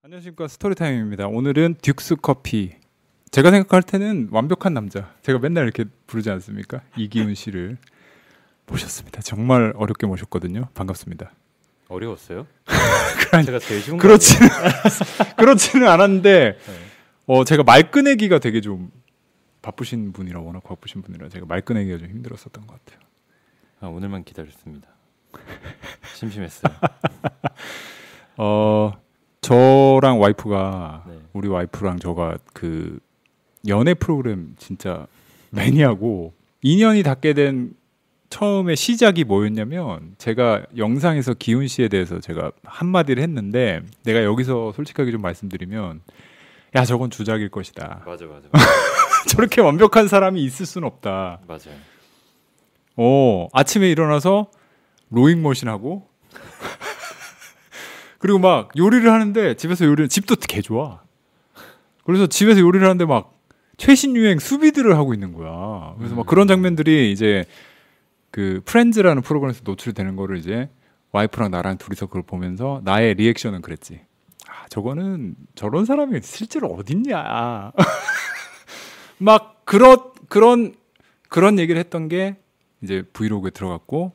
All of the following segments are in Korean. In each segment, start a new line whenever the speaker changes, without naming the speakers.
안녕하십니까 스토리타임입니다. 오늘은 듀스 커피. 제가 생각할 때는 완벽한 남자. 제가 맨날 이렇게 부르지 않습니까? 이기훈 씨를 모셨습니다. 정말 어렵게 모셨거든요. 반갑습니다.
어려웠어요? 제가 제일 쉬운 거
그러니까 그렇지는 않았- 그렇지는 않았는데
네.
어 제가 말 꺼내기가 되게 좀 바쁘신 분이라 워낙 바쁘신 분이라 제가 말 꺼내기가 좀 힘들었었던 것 같아요.
아니에요? 아, 오늘만 기다렸습니다. 심심했어요.
어 저랑 와이프가
네.
우리 와이프랑 저가 그 연애 프로그램 진짜 매니아고 인연이 닿게 된 처음에 시작이 뭐였냐면 제가 영상에서 기훈 씨에 대해서 제가 한마디를 했는데 내가 여기서 솔직하게 좀 말씀드리면 야 저건 주작일 것이다
맞아 맞아
저렇게 완벽한 사람이 있을 순 없다
맞아요.
어, 아침에 일어나서 로잉머신 하고 그리고 막 요리를 하는데 집에서 요리를 집도 개 좋아. 그래서 집에서 요리를 하는데 막 최신 유행 수비드를 하고 있는 거야. 그래서 막 그런 장면들이 이제 그 프렌즈라는 프로그램에서 노출되는 거를 이제 와이프랑 나랑 둘이서 그걸 보면서 나의 리액션은 그랬지. 아, 저거는 저런 사람이 실제로 어딨냐. 막 그런 그런 그런 얘기를 했던 게 이제 브이로그에 들어갔고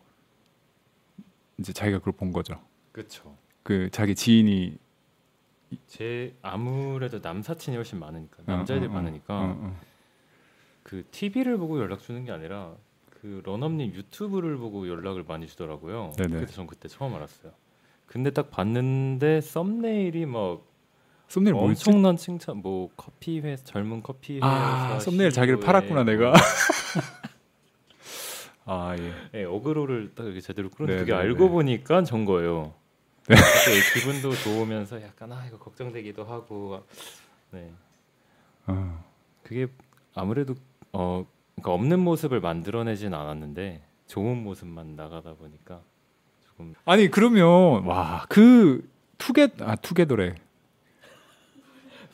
이제 자기가 그걸 본 거죠.
그렇죠.
그 자기 지인이
제 아무래도 남사친이 훨씬 많으니까 남자애들
어, 어, 어,
많으니까
어, 어.
그 TV를 보고 연락 주는 게 아니라 그 런업님 유튜브를 보고 연락을 많이 주더라고요.
네네.
그래서 전 그때 처음 알았어요. 근데 딱 봤는데 썸네일이 막
썸네일 뭐 있지?
엄청난 칭찬, 뭐 커피 회 젊은 커피 회사
아 썸네일 자기를
CEO의
팔았구나 내가. 아 예.
예, 어그로를 딱 이렇게 제대로 끌었는데
네,
그게
네,
알고
네.
보니까 전 거예요. 네. 그래서 기분도 좋으면서 약간 아 이거 걱정되기도 하고 네
어.
그게 아무래도 어 그러니까 없는 모습을 만들어내진 않았는데 좋은 모습만 나가다 보니까 조금
아니 그러면 와 그 투게 아 투게더래.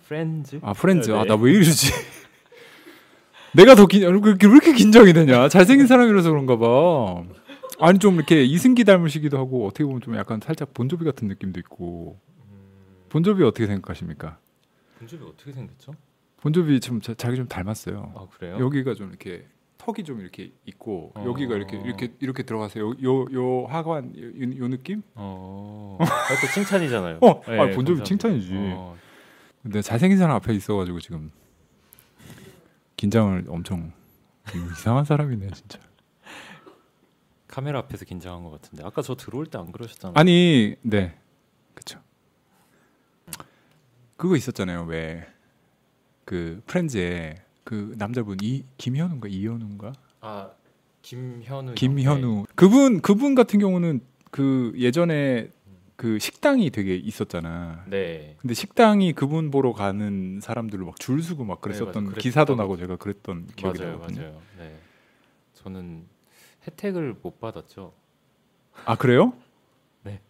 프렌즈
아 프렌즈.
네, 네.
아 나 왜 이러지? 내가 더 긴, 왜 이렇게, 왜 이렇게 긴장이 되냐? 잘생긴 사람이라서 그런가 봐. 아니, 좀 이렇게 이승기 닮으시기도 하고, 어떻게 보면 좀 약간 살짝 본조비 같은 느낌도 있고. 본조비 어떻게 생각하십니까?
본집이 어떻게 생겼죠?
본조비 좀 자, 자기 좀 닮았어요.
아 그래요?
여기가 좀 이렇게 턱이 좀 이렇게 있고
어.
여기가 이렇게 이렇게 이렇게 들어가서 요요 요 하관 요, 요- 요 느낌?
어 아, 또 칭찬이잖아요.
어,
예,
아, 본조비
감사합니다.
칭찬이지.
어,
근데 잘생긴 사람 앞에 있어가지고 지금 긴장을 엄청 이상한 사람이네 진짜.
카메라 앞에서 긴장한 것 같은데 아까 저 들어올 때 안 그러셨잖아요.
아니 네 그쵸. 그거 있었잖아요 왜 그 프렌즈에 그 남자분 이 김현우인가 이현우인가
아 김현우
김현우 그분 그분 같은 경우는 그 예전에 그 식당이 되게 있었잖아.
네.
근데 식당이 그분 보러 가는 사람들로 막 줄 서고 막 그랬었던
네, 맞아.
기사도
그랬던
나고 제가 그랬던 기억이
맞아요,
나거든요.
맞아요. 네. 저는 혜택을 못 받았죠.
아 그래요?
네.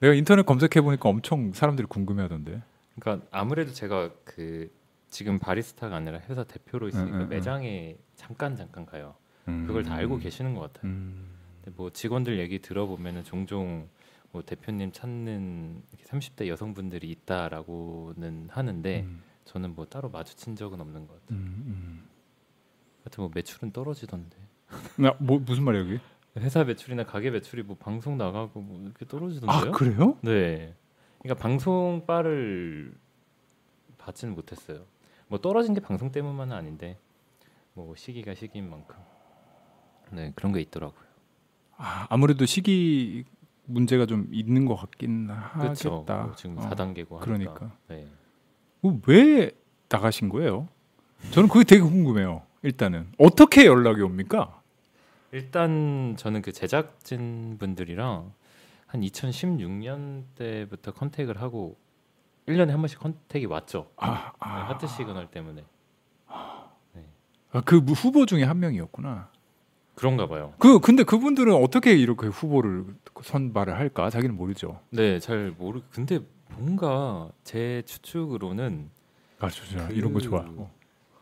내가 인터넷 검색해 보니까 엄청 사람들이 궁금해하던데.
그러니까 아무래도 제가 그 지금 바리스타가 아니라 회사 대표로 있으니까
응, 음. 응, 응.
매장에 잠깐 잠깐 가요. 그걸 다 알고 계시는 것 같아요.
음.
근데 뭐 직원들 얘기 들어보면은 종종 뭐 대표님 찾는 이렇게 30대 여성분들이 있다라고는 하는데
음,
저는 뭐 따로 마주친 적은 없는 것 같아요.
음,
하여튼 뭐 매출은 떨어지던데.
음. 나, 뭐, 무슨 말이야 여기?
회사 매출이나 가게 매출이 뭐 방송 나가고 뭐 이렇게
아
떨어지던데요?
그래요?
네. 그러니까 방송 바를 받지는 못했어요. 뭐 떨어진 게 방송 때문만은 아닌데 뭐 시기가 시기인 만큼 네 그런 게 있더라고요.
아, 아무래도 시기 문제가 좀 있는 것 같긴 하겠다.
그렇죠. 뭐 지금
어,
4단계고 하니까.
그러니까.
네.
그럼 왜 나가신 거예요? 저는 그게 되게 궁금해요. 일단은 어떻게 연락이 옵니까?
일단 저는 그 제작진 분들이랑 한 2016년 때부터 컨택을 하고 1년에 한 번씩 컨택이 왔죠.
아,
네, 하트 시그널 때문에
아, 그 후보 중에 한 명이었구나.
그런가 봐요.
그 근데 그분들은 어떻게 이렇게 후보를 선발을 할까? 자기는 모르죠.
네, 잘 모르. 근데 뭔가 제 추측으로는
아, 좋죠.
그-
이런 거 좋아. 어.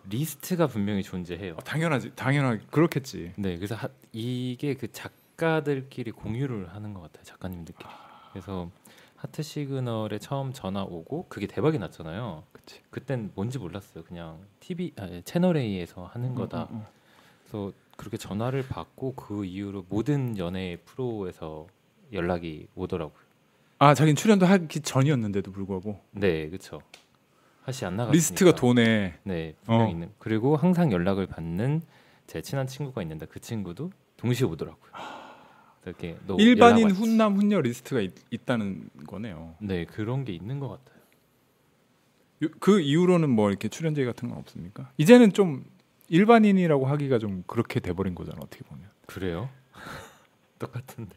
리스트가 분명히 존재해요.
아, 당연하지. 당연하게 그렇겠지.
네, 그래서 하-
아.
이게 그 작가들끼리 공유를 하는 것 같아요. 작가님들끼리. 그래서 하트 시그널에 처음 전화 오고 그게 대박이 났잖아요.
그치.
그땐 뭔지 몰랐어요. 그냥 TV 아, 채널 A에서 하는 거다.
음, 음,
그래서 그렇게 전화를 받고 그 이후로 모든 연예 프로에서 연락이 오더라고요.
아 자기는 출연도 하기 전이었는데도 불구하고
네, 그렇죠. 하시 안 나가.
리스트가 도네.
네,
어.
분명 있는. 그리고 항상 연락을 받는 제 친한 친구가 있는데 그 친구도 동시에 오더라고요. 그래서 이렇게 너
일반인
연락 왔-
훈남 훈녀 리스트가 있, 있다는 거네요.
네, 그런 게 있는 것 같아요.
요- 그 이후로는 뭐 이렇게 출연제 같은 건 없습니까? 이제는 좀 일반인이라고 하기가 좀 그렇게 돼버린 거잖아 어떻게 보면.
그래요? 똑같은데.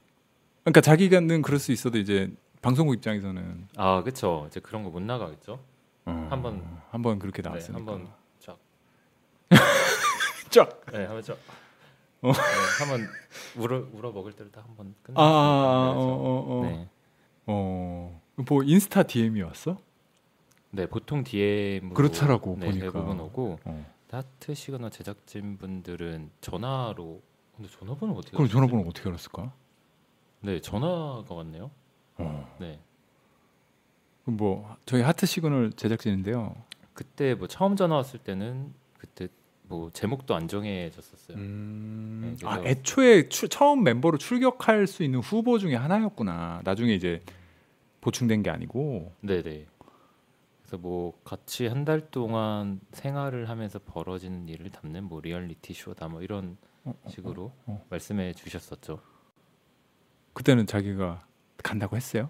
그러니까 자기가는 그럴 수 있어도 이제 방송국 입장에서는
아, 그렇죠. 이제 그런 거 못 나가겠죠.
어,
한번-
한번 그렇게
네,
나왔으니까.
한번 쫙.
쫙.
네, 한번 쫙.
어.
네, 한번 울어 울어 먹을 때를 다 한번 끝내.
아, 아, 아, 어, 어, 어.
네.
어, 뭐 인스타 DM이 왔어?
네, 보통 DM 으로
그렇더라고,
네,
보니까.
대부분 오고
어.
하트 시그널 제작진 분들은 전화로 근데 전화번호 어떻게?
그럼
알았지?
전화번호 어떻게 알았을까?
네, 전화가 왔네요.
어.
네,
그럼 뭐 저희 하트 시그널 제작진인데요.
그때 뭐 처음 전화 왔을 때는 그때 뭐 제목도 안 정해졌었어요.
음...
네,
아
그래서-
애초에 추- 처음 멤버로 출격할 수 있는 후보 중에 하나였구나. 나중에 이제 보충된 게 아니고.
네, 네. 그래서 뭐 같이 한 달 동안 생활을 하면서 벌어지는 일을 담는 뭐 리얼리티 쇼다 뭐 이런
어, 어,
식으로
어.
말씀해 주셨었죠.
그때는 자기가 간다고 했어요.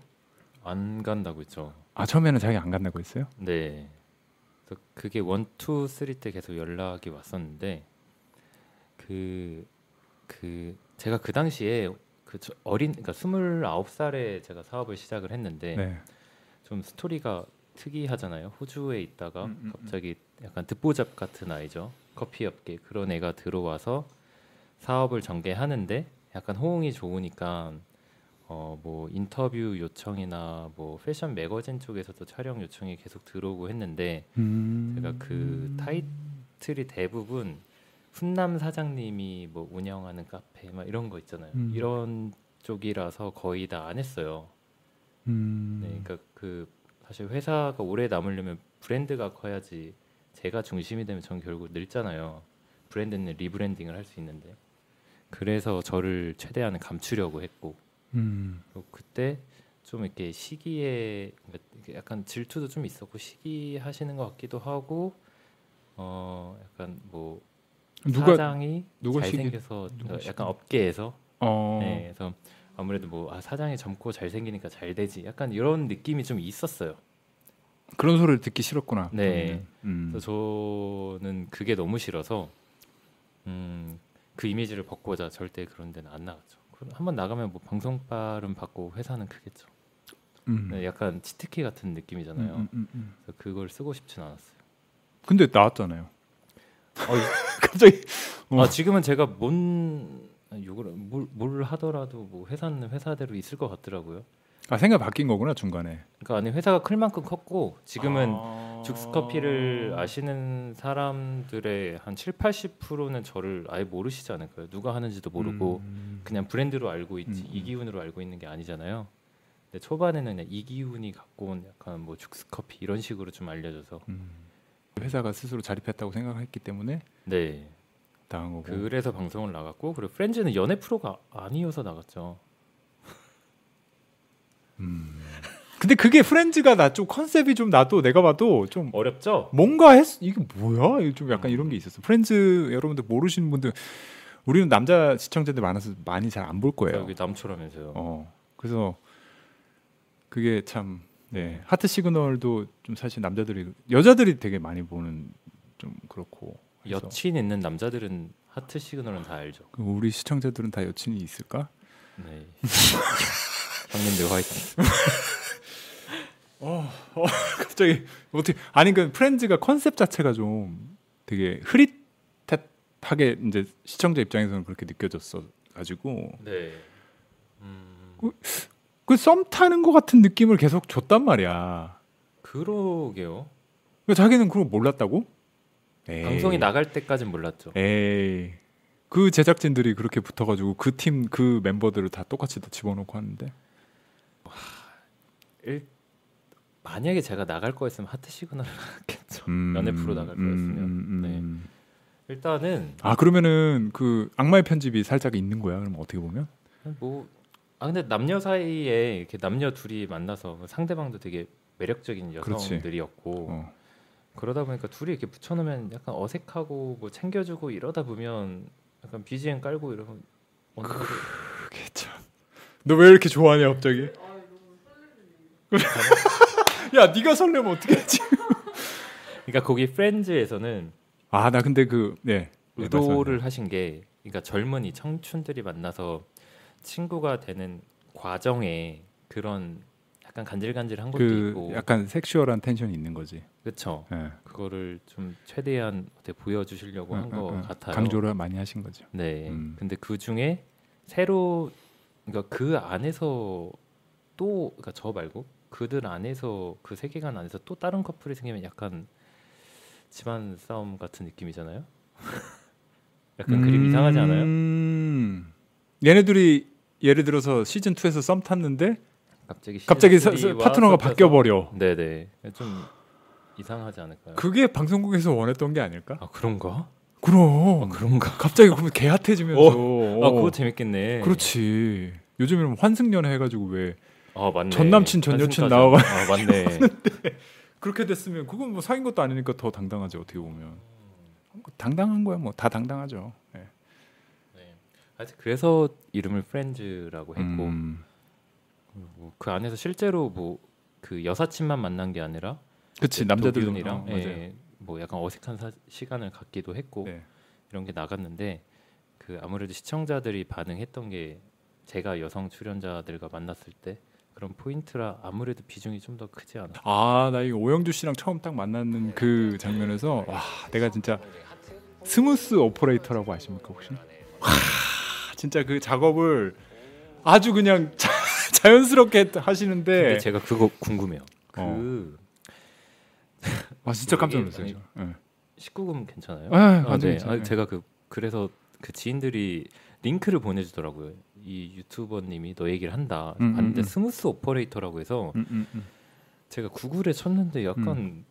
안 간다고 했죠.
아 처음에는 자기 안 간다고 했어요.
네. 그래서 그게 원, 투, 쓰리 때 계속 연락이 왔었는데 그, 그 제가 그 당시에 그 저- 어린 그러니까 29살에 제가 사업을 시작을 했는데
네.
좀 스토리가 특이하잖아요. 호주에 있다가
음, 음, 음.
갑자기 약간 듣보잡 같은 아이죠. 커피 업계 그런 애가 들어와서 사업을 전개하는데 약간 호응이 좋으니까 어 뭐 인터뷰 요청이나 뭐 패션 매거진 쪽에서도 촬영 요청이 계속 들어오고 했는데
음.
제가 그 타이틀이 대부분 훈남 사장님이 뭐 운영하는 카페 막 이런 거 있잖아요.
음.
이런 쪽이라서 거의 다 안 했어요.
음.
네, 그러니까 그 사실 회사가 오래 남으려면 브랜드가 커야지 제가 중심이 되면 전 결국 늙잖아요. 브랜드는 리브랜딩을 할 수 있는데 그래서 저를 최대한 감추려고 했고
음.
그리고 그때 좀 이렇게 시기에 그러니까 이렇게 약간 질투도 좀 있었고 시기하시는 것 같기도 하고 어 약간 뭐
누가
사장이
누가 시기-
잘생겨서
누가 시기-
약간 업계에서
어.
네, 그래서 아무래도 뭐 아, 사장이 젊고 잘생기니까 잘 되지 약간 이런 느낌이 좀 있었어요.
그런 소리를 듣기 싫었구나.
네.
음.
그래서 저는 그게 너무 싫어서 음, 그 이미지를 벗고자 절대 그런 데는 안 나갔죠. 그럼 한번 나가면 뭐 방송빨은 받고 회사는 크겠죠.
음.
네, 약간 치트키 같은 느낌이잖아요.
음, 음, 음.
그래서 그걸 쓰고 싶진 않았어요.
근데 나왔잖아요.
어, 이-
갑자기 어.
아, 지금은 제가 뭔 욕을 뭘, 뭘 하더라도 뭐 회사는 회사대로 있을 것 같더라고요.
아 생각 바뀐 거구나 중간에.
그러니까 아니 회사가 클 만큼 컸고 지금은
아.
죽스커피를 아시는 사람들의 한 7, 80%는 저를 아예 모르시지 않을까요? 누가 하는지도 모르고
음.
그냥 브랜드로 알고 있지
음, 음.
이기훈으로 알고 있는 게 아니잖아요. 근데 초반에는 그냥 이기훈이 갖고 온 약간 뭐 죽스커피 이런 식으로 좀 알려져서
음. 회사가 스스로 자립했다고 생각했기 때문에
네
당한 거고.
그래서 방송을 나갔고 그리고 프렌즈는 연애 프로가 아니어서 나갔죠.
음. 근데 그게 프렌즈가 나 좀 컨셉이 좀 나도 내가 봐도 좀
어렵죠?
뭔가 했 이게 뭐야? 이거 좀 약간
음.
이런 게 있었어. 프렌즈 여러분들 모르시는 분들 우리는 남자 시청자들 많아서 많이 잘 안 볼 거예요.
여기 남초라면서요.
어. 그래서 그게 참 네. 하트 시그널도 좀 사실 남자들이 여자들이 되게 많이 보는 좀 그렇고. 그래서
여친 있는 남자들은 하트 시그널은 다 알죠.
그 우리 시청자들은 다 여친이 있을까?
네. 형님들 화이팅.
어, 어 갑자기 어떻게 아니 그 프렌즈가 컨셉 자체가 좀 되게 흐릿하게 이제 시청자 입장에서는 그렇게 느껴졌어 가지고
네. 음,
그 썸 타는 것 같은 느낌을 계속 줬단 말이야.
그러게요.
그러니까 자기는 그걸 몰랐다고? 에이,
방송이 나갈 때까진 몰랐죠.
에이 그 제작진들이 그렇게 붙어가지고 그 팀 그 멤버들을 다 똑같이 다 집어넣고 하는데
일, 만약에 제가 나갈 거였으면 하트 시그널을 하겠죠.
음,
연애 프로 나갈 거였으면. 네.
음.
일단은
아 그러면은 그 악마의 편집이 살짝 있는 거야. 그럼 어떻게 보면?
뭐 아 근데 남녀 사이에 이렇게 남녀 둘이 만나서 상대방도 되게 매력적인
그렇지.
여성들이었고
어.
그러다 보니까 둘이 이렇게 붙여놓으면 약간 어색하고 뭐 챙겨주고 이러다 보면 약간 BGM 깔고 이러면 어느 정도
그게 참. 너 왜 이렇게 좋아하냐 갑자기? 야 네가 설레면 어떻게 하지?
그러니까 거기 프렌즈에서는
아 나 근데 그 네. 네,
의도를 하신 게 그러니까 젊은이 청춘들이 만나서 친구가 되는 과정에 그런 약간 간질간질한 것도
말씀하세요. 그
있고
약간 섹슈얼한 텐션이 있는 거지.
그렇죠.
예.
그거를 좀 최대한 어떻게 보여주시려고
응,
뭐 한
응,
것
응.
같아요.
예, 강조를 많이 하신 거죠.
네.
음.
근데 그 중에 새로 그러니까 그 안에서 또 그러니까 저 말고 그들 안에서 그 세계관 안에서 또 다른 커플이 생기면 약간 집안 싸움 같은 느낌이잖아요. 약간 그림 이상하지 않아요?
음. 얘네들이 예를 들어서 시즌 2에서 썸 탔는데
갑자기 시즌
갑자기 사- 사-
쓰리와
파트너가
섞여서-
바뀌어 버려.
네네. 좀 이상하지 않을까요?
그게 방송국에서 원했던 게 아닐까?
아 그런가?
그럼.
아 그런가?
갑자기 그러면 개핫해지면서.
아 그거 재밌겠네.
그렇지. 요즘에는 환승연애 해가지고 왜
아 맞네.
전 남친, 전 여친
환승까지.
나와가-
아 맞네.
그렇게 됐으면 그건 뭐 사귄 것도 아니니까 더 당당하지 어떻게 보면. 당당한 거야 뭐 다 당당하죠. 예.
하여튼 그래서 이름을 프렌즈라고 했고
음.
뭐그 안에서 실제로 뭐 그 여사친만 만난 게 아니라
그치 남자들도
이랑
어, 맞아요.
뭐 약간 어색한 사- 시간을 갖기도 했고
네.
이런 게 나갔는데 그 아무래도 시청자들이 반응했던 게 제가 여성 출연자들과 만났을 때 그런 포인트라 아무래도 비중이 좀 더 크지 않아.
아, 나 이 오영주 씨랑 처음 딱 만났는 그 장면에서 와, 내가 진짜 스무스 오퍼레이터라고 아십니까 혹시?
네.
와, 진짜 그 작업을 아주 그냥 자, 자연스럽게
근데
하시는데
제가 그거 궁금해요.
어.
그
와 진짜 깜짝 놀랐어요. 저. 예.
19금 괜찮아요?
예, 완전
네.
괜찮아요.
아, 제가 그 그래서 그 지인들이 링크를 보내주더라고요. 이 유튜버님이 너 얘기를 한다.
음,
봤는데
음, 음.
스무스 오퍼레이터라고 해서
음, 음, 음.
제가 구글에 쳤는데 약간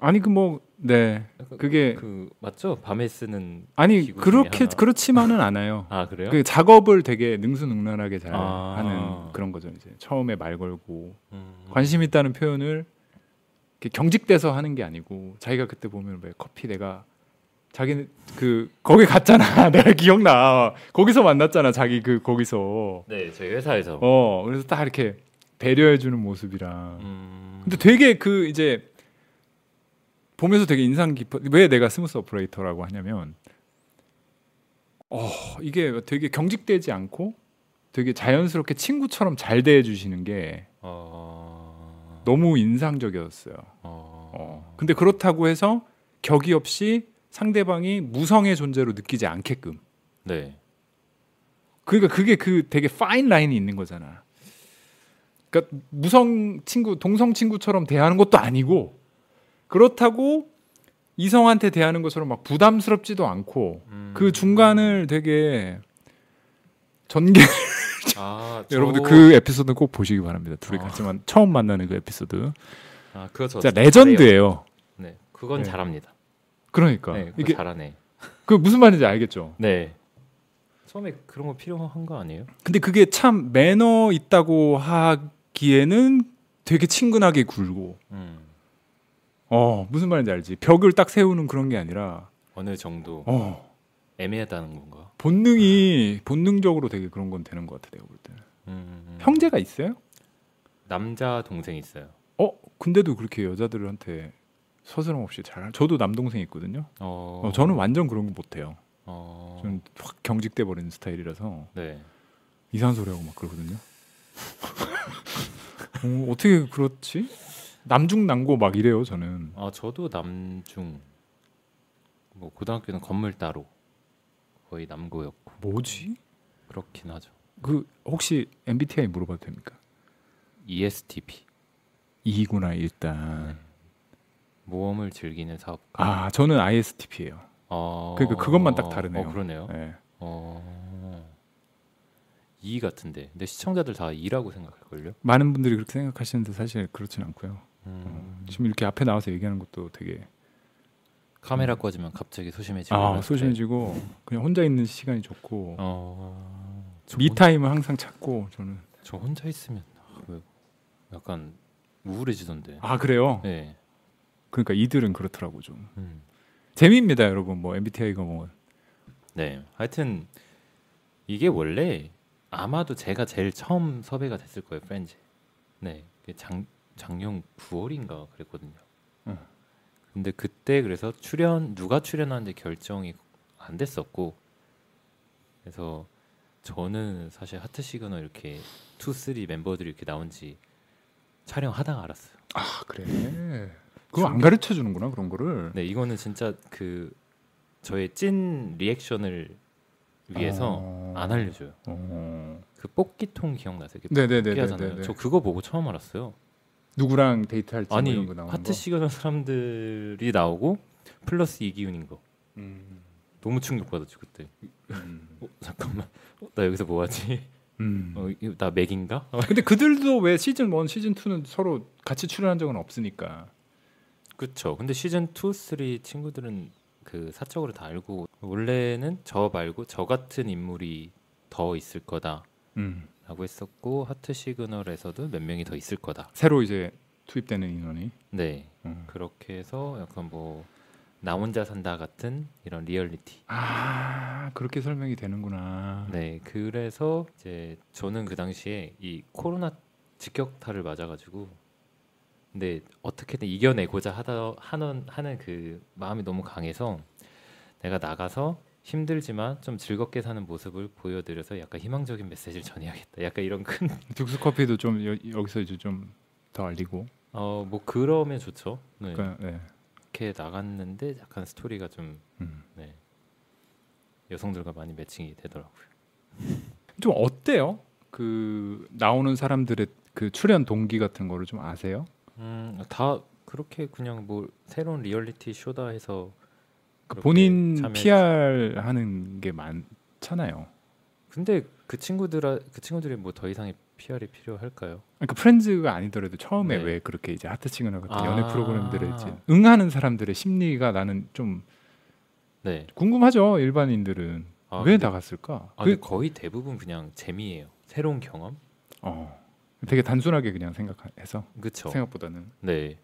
아니 그 뭐 네
약간
그게
음. 그 맞죠? 밤에 쓰는
아니
기구 중에
그렇게
하나.
그렇지만은 않아요.
아 그래요?
그 작업을 되게 능수능란하게 잘
아.
하는 그런 거죠 이제 처음에 말 걸고
음,
관심 있다는 표현을 이렇게 경직돼서 하는 게 아니고 자기가 그때 보면 왜 커피 내가 자기는 그 거기 갔잖아 내가 기억나 거기서 만났잖아 자기 그 거기서
네 저희 회사에서
어 그래서 딱 이렇게 배려해 주는 모습이랑
음,
근데 되게 그 이제 보면서 되게 인상 깊어 왜 내가 스무스 오퍼레이터라고 하냐면 어 이게 되게 경직되지 않고 되게 자연스럽게 친구처럼 잘 대해 주시는 게
어,
너무 인상적이었어요.
어,
어. 근데 그렇다고 해서 격이 없이 상대방이 무성의 존재로 느끼지 않게끔.
네
그러니까 그게 그 되게 파인 라인이 있는 거잖아. 그러니까 무성 친구, 동성 친구처럼 대하는 것도 아니고 그렇다고 이성한테 대하는 것처럼 막 부담스럽지도 않고
음,
그 중간을 되게 전개.
아, 저-
여러분들 그 에피소드는 꼭 보시기 바랍니다. 둘이
아.
같이만 처음 만나는 그 에피소드.
아, 그거 저
진짜
잘해요.
레전드예요.
네 그건
네.
잘합니다.
그러니까
네 그거
이게
잘하네.
그 무슨 말인지 알겠죠.
네 처음에 그런 거 필요한 거 아니에요?
근데 그게 참 매너 있다고 하기에는 되게 친근하게 굴고
음,
어 무슨 말인지 알지 벽을 딱 세우는 그런 게 아니라
어느 정도
어
애매하다는 건가?
본능이 본능적으로 되게 그런 건 되는 것 같아 내가 볼 때는
음, 음.
형제가 있어요?
남자 동생 있어요.
어 근데도 그렇게 여자들한테 서스럼 없이 잘 저도 남동생 있거든요.
어,
어, 저는 완전 그런 거 못해요.
어,
저는 확 경직돼 버리는 스타일이라서
네.
이상한 소리 하고 막 그러거든요. 어, 어떻게 그렇지? 남중남고 막 이래요 저는.
아 저도 남중 뭐 고등학교는 건물 따로 거의 남고였고
뭐지?
그렇긴 하죠.
그 혹시 MBTI 물어봐도 됩니까?
E ESTP
E구나
네.
일단.
모험을 즐기는 사업가.
아 저는 ISTP예요.
어, 그렇죠.
그러니까 그것만 딱 다르네요.
어, 그러네요.
네.
어, 2 같은데 근데 시청자들 다 2라고 생각할 걸요.
많은 분들이 그렇게 생각하시는데 사실 그렇진 않고요.
음,
지금 이렇게 앞에 나와서 얘기하는 것도 되게
카메라 꺼지면 갑자기 소심해지고
아
그런데.
소심해지고
네.
그냥 혼자 있는 시간이 좋고
어, 저 혼-
미타임을 항상 찾고 저는
저 혼자 있으면 아, 왜 약간 우울해지던데.
아 그래요.
네.
그러니까 이들은 그렇더라고 좀
음.
재미입니다 여러분 뭐 MBTI가 뭐
네. 하여튼 이게 원래 아마도 제가 제일 처음 섭외가 됐을 거예요, 프렌즈. 네. 그게 작 작년 9월인가 그랬거든요.
응.
근데 그때 그래서 출연 누가 출연하는지 결정이 안 됐었고 그래서 저는 사실 하트 시그널 이렇게 투 쓰리 멤버들이 이렇게 나온지 촬영하다가 알았어요.
아, 그래. 그거 안 가르쳐 주는구나 그런 거를.
네, 이거는 진짜 그 저의 찐 리액션을 네. 위해서
어.
안 알려줘요.
어.
그 뽑기통 기억나세요? 이렇게 뽑기 하잖아요.
네네네네네.
저 그거 보고 처음 알았어요.
누구랑 데이트할지 뭐
아니
이런 거 나오는
하트 시그널 사람들이 나오고 플러스 이기훈인 거
거. 음.
너무 충격받았죠 그때.
음.
어, 잠깐만, 어, 나 여기서 뭐하지?
음.
어, 이거 나 맥인가? 어,
근데 그들도 왜 시즌 1, 시즌 2는 서로 같이 출연한 적은 없으니까.
그쵸. 근데 시즌 2, 3 친구들은 그 사적으로 다 알고 원래는 저 말고 저 같은 인물이 더 있을 거다.
음.
라고 했었고 하트 시그널에서도 몇 명이 더 있을 거다.
새로 이제 투입되는 인원이.
네.
음.
그렇게 해서 약간 뭐 나 혼자 산다 같은 이런 리얼리티.
아 그렇게 설명이 되는구나.
네. 그래서 이제 저는 그 당시에 이 코로나 직격탄을 맞아 가지고 근데 어떻게든 이겨내고자 하다 하는 하는 그 마음이 너무 강해서 내가 나가서 힘들지만 좀 즐겁게 사는 모습을 보여드려서 약간 희망적인 메시지를 전해야겠다. 약간 이런 큰
득수 커피도 좀 여, 여기서 이제 좀 더 알리고.
어 뭐 그러면 좋죠. 네.
그러니까 네.
이렇게 나갔는데 약간 스토리가 좀
음.
네. 여성들과 많이 매칭이 되더라고요.
좀 어때요? 그 나오는 사람들의 그 출연 동기 같은 거를 좀 아세요?
음, 다 그렇게 그냥 뭐 새로운 리얼리티 쇼다 해서
그
그렇게
본인
참여했-
PR 하는 게 많잖아요.
근데 그 친구들 그 친구들이 뭐 더 이상의 PR이 필요할까요?
그러니까 프렌즈가 아니더라도 처음에
네.
왜 그렇게 이제 하트 시그널 같은
아.
연애 프로그램들에 이제 응하는 사람들의 심리가 나는 좀
네.
궁금하죠 일반인들은
아,
왜
근데-
나갔을까?
아,
그
근데 거의 대부분 그냥 재미예요. 새로운 경험.
어, 되게 단순하게 그냥 생각해서
그렇죠.
생각보다는
네.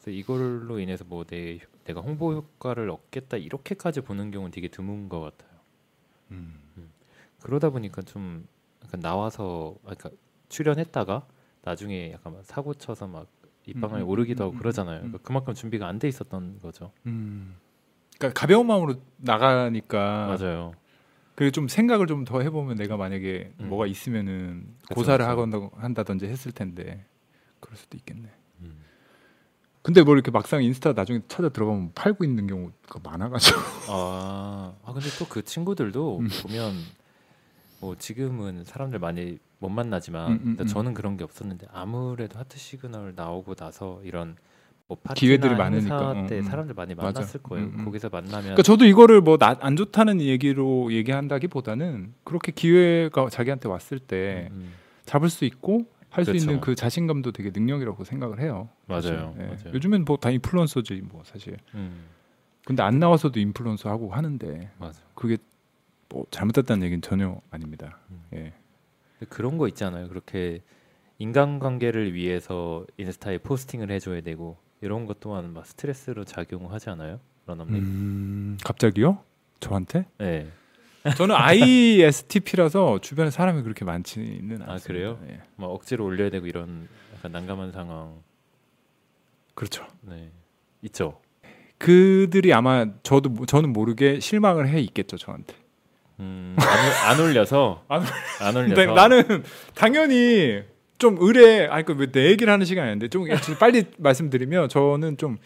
그래서 이걸로 인해서 뭐 내 내가 홍보 효과를 얻겠다 이렇게까지 보는 경우는 되게 드문 것 같아요.
음.
그러다 보니까 좀 약간 나와서 아, 그러니까 출연했다가 나중에 약간 막 사고 쳐서 막 입방아에
음, 음,
오르기도 하고
음, 음,
그러잖아요.
음.
그러니까 그만큼 준비가 안 돼 있었던 거죠.
음. 그러니까 가벼운 마음으로 나가니까
맞아요.
그리고 좀 생각을 좀 더 해보면 내가 만약에
음.
뭐가 있으면은
그쵸,
고사를
그쵸.
하건다 한다든지 했을 텐데 그럴 수도 있겠네.
음.
근데 뭐 이렇게 막상 인스타 나중에 찾아 들어가면 팔고 있는 경우가 많아가지고
아, 아 근데 또 그 친구들도
음.
보면 뭐 지금은 사람들 많이 못 만나지만
음, 음,
근데
음.
저는 그런 게 없었는데 아무래도 하트 시그널 나오고 나서 이런 뭐 파티나
기회들이
행사
많으니까. 어,
때
음.
사람들 많이
맞아.
만났을 거예요.
음, 음.
거기서 만나면
그러니까 저도 이거를 뭐 안 좋다는 얘기로 얘기한다기보다는 그렇게 기회가 자기한테 왔을 때
음,
잡을 수 있고 할 수
그렇죠.
있는 그 자신감도 되게 능력이라고 생각을 해요.
맞아요.
사실. 예.
맞아요.
요즘엔 뭐 다 인플루언서지 뭐 사실.
음,
근데 안 나와서도 인플루언서 하고 하는데
맞아.
그게 뭐 잘못됐다는 얘기는 전혀 아닙니다.
음.
예.
근데 그런 거 있잖아요. 그렇게 인간관계를 위해서 인스타에 포스팅을 해줘야 되고 이런 것 또한 막 스트레스로 작용하지 않아요? 런업님.
음, 갑자기요? 저한테?
네.
저는 ISTP라서 주변에 사람이 그렇게 많지는 않습니다.
아, 그래요?
예.
막 억지로 올려야 되고 이런 약간 난감한 상황.
그렇죠.
네. 있죠.
그들이 아마 저도 모- 저는 모르게 실망을 해 있겠죠 저한테.
음, 안, 올- 안 올려서
안
안
근데
올려서
네, 나는 당연히 좀 의뢰 아니 그내 얘기를 하는 시간이 아닌데 좀 빨리 말씀드리면 저는 좀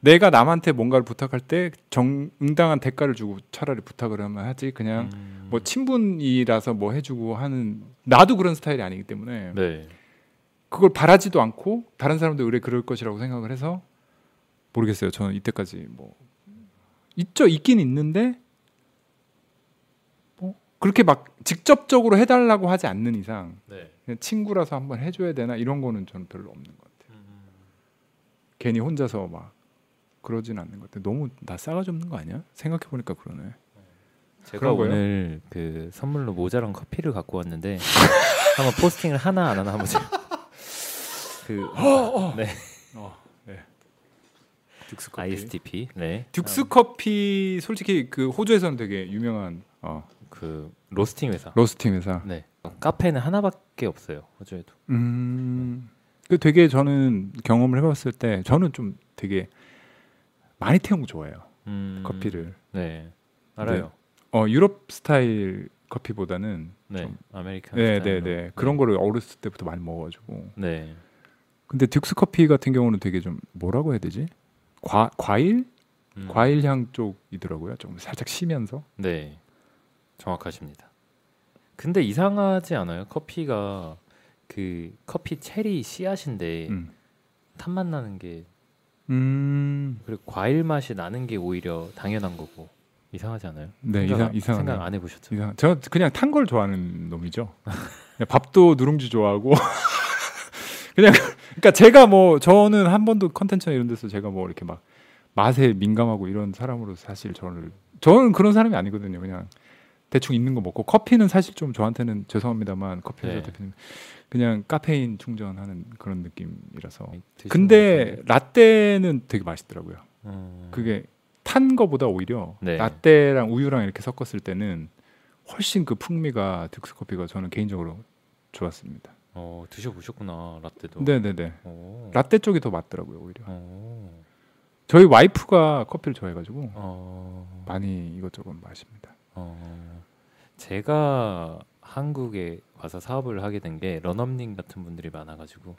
내가 남한테 뭔가를 부탁할 때 정, 응당한 대가를 주고 차라리 부탁을 하면 하지 그냥
음,
뭐 친분이라서 뭐 해주고 하는 나도 그런 스타일이 아니기 때문에
네.
그걸 바라지도 않고 다른 사람도 의뢰 그럴 것이라고 생각을 해서 모르겠어요. 저는 이때까지 뭐 있죠 있긴 있는데 뭐 그렇게 막 직접적으로 해달라고 하지 않는 이상
네.
그냥 친구라서 한번 해줘야 되나 이런 거는 저는 별로 없는 것 같아요. 괜히 혼자서 막 그러진 않는 것 같아요. 너무 나 싸가지 없는 거 아니야? 생각해 보니까 그러네.
제가
그런 거예요?
오늘 그 선물로 모자랑 커피를 갖고 왔는데 한번 포스팅을 하나 안 하나 한번 제가 그 네.
어, 네. 득스 커피.
ISTP 네.
듀스 커피 솔직히 그 호주에서는 되게 유명한 어,
그 로스팅 회사.
로스팅 회사.
네. 카페는 하나밖에 없어요. 호주에도.
음. 그 되게 저는 경험을 해봤을 때 저는 좀 되게 많이 태운 거 좋아해요
음,
커피를.
네. 알아요.
어 유럽 스타일 커피보다는
네.
좀-
아메리칸.
네네네
스타일로.
그런 거를 어렸을 때부터 많이 먹어가지고.
네.
근데 듀스 커피 같은 경우는 되게 좀 뭐라고 해야 되지? 과 과일
음,
과일 향 쪽이더라고요. 좀 살짝 쉬면서.
네. 정확하십니다. 근데 이상하지 않아요? 커피가 그 커피 체리 씨앗인데
음.
탄맛 나는 게
음.
그리고 과일 맛이 나는 게 오히려 당연한 거고 이상하지 않아요?
네 이상
생각,
이상
생각 안 해보셨죠?
이상. 저 그냥 탄 걸 좋아하는 놈이죠. 그냥 밥도 누룽지 좋아하고. 그냥 그러니까 제가 뭐 저는 한 번도 컨텐츠나 이런 데서 제가 뭐 이렇게 막 맛에 민감하고 이런 사람으로 사실 저를 저는 그런 사람이 아니거든요. 그냥 대충 있는 거 먹고 커피는 사실 좀 저한테는 죄송합니다만 커피 회사
네.
대표님 그냥 카페인 충전하는 그런 느낌이라서.
어, 드시는 것
근데
같은데.
라떼는 되게 맛있더라고요.
음,
그게 탄 거보다 오히려
네.
라떼랑 우유랑 이렇게 섞었을 때는 훨씬 그 풍미가 득스 커피가 저는 개인적으로 좋았습니다.
어, 드셔보셨구나 라떼도. 어.
네네네.
오,
라떼 쪽이 더 맞더라고요 오히려.
오,
저희 와이프가 커피를 좋아해가지고
어,
많이 이것저것 마십니다.
어, 제가 한국에 와서 사업을 하게 된 게 런업님 같은 분들이 많아가지고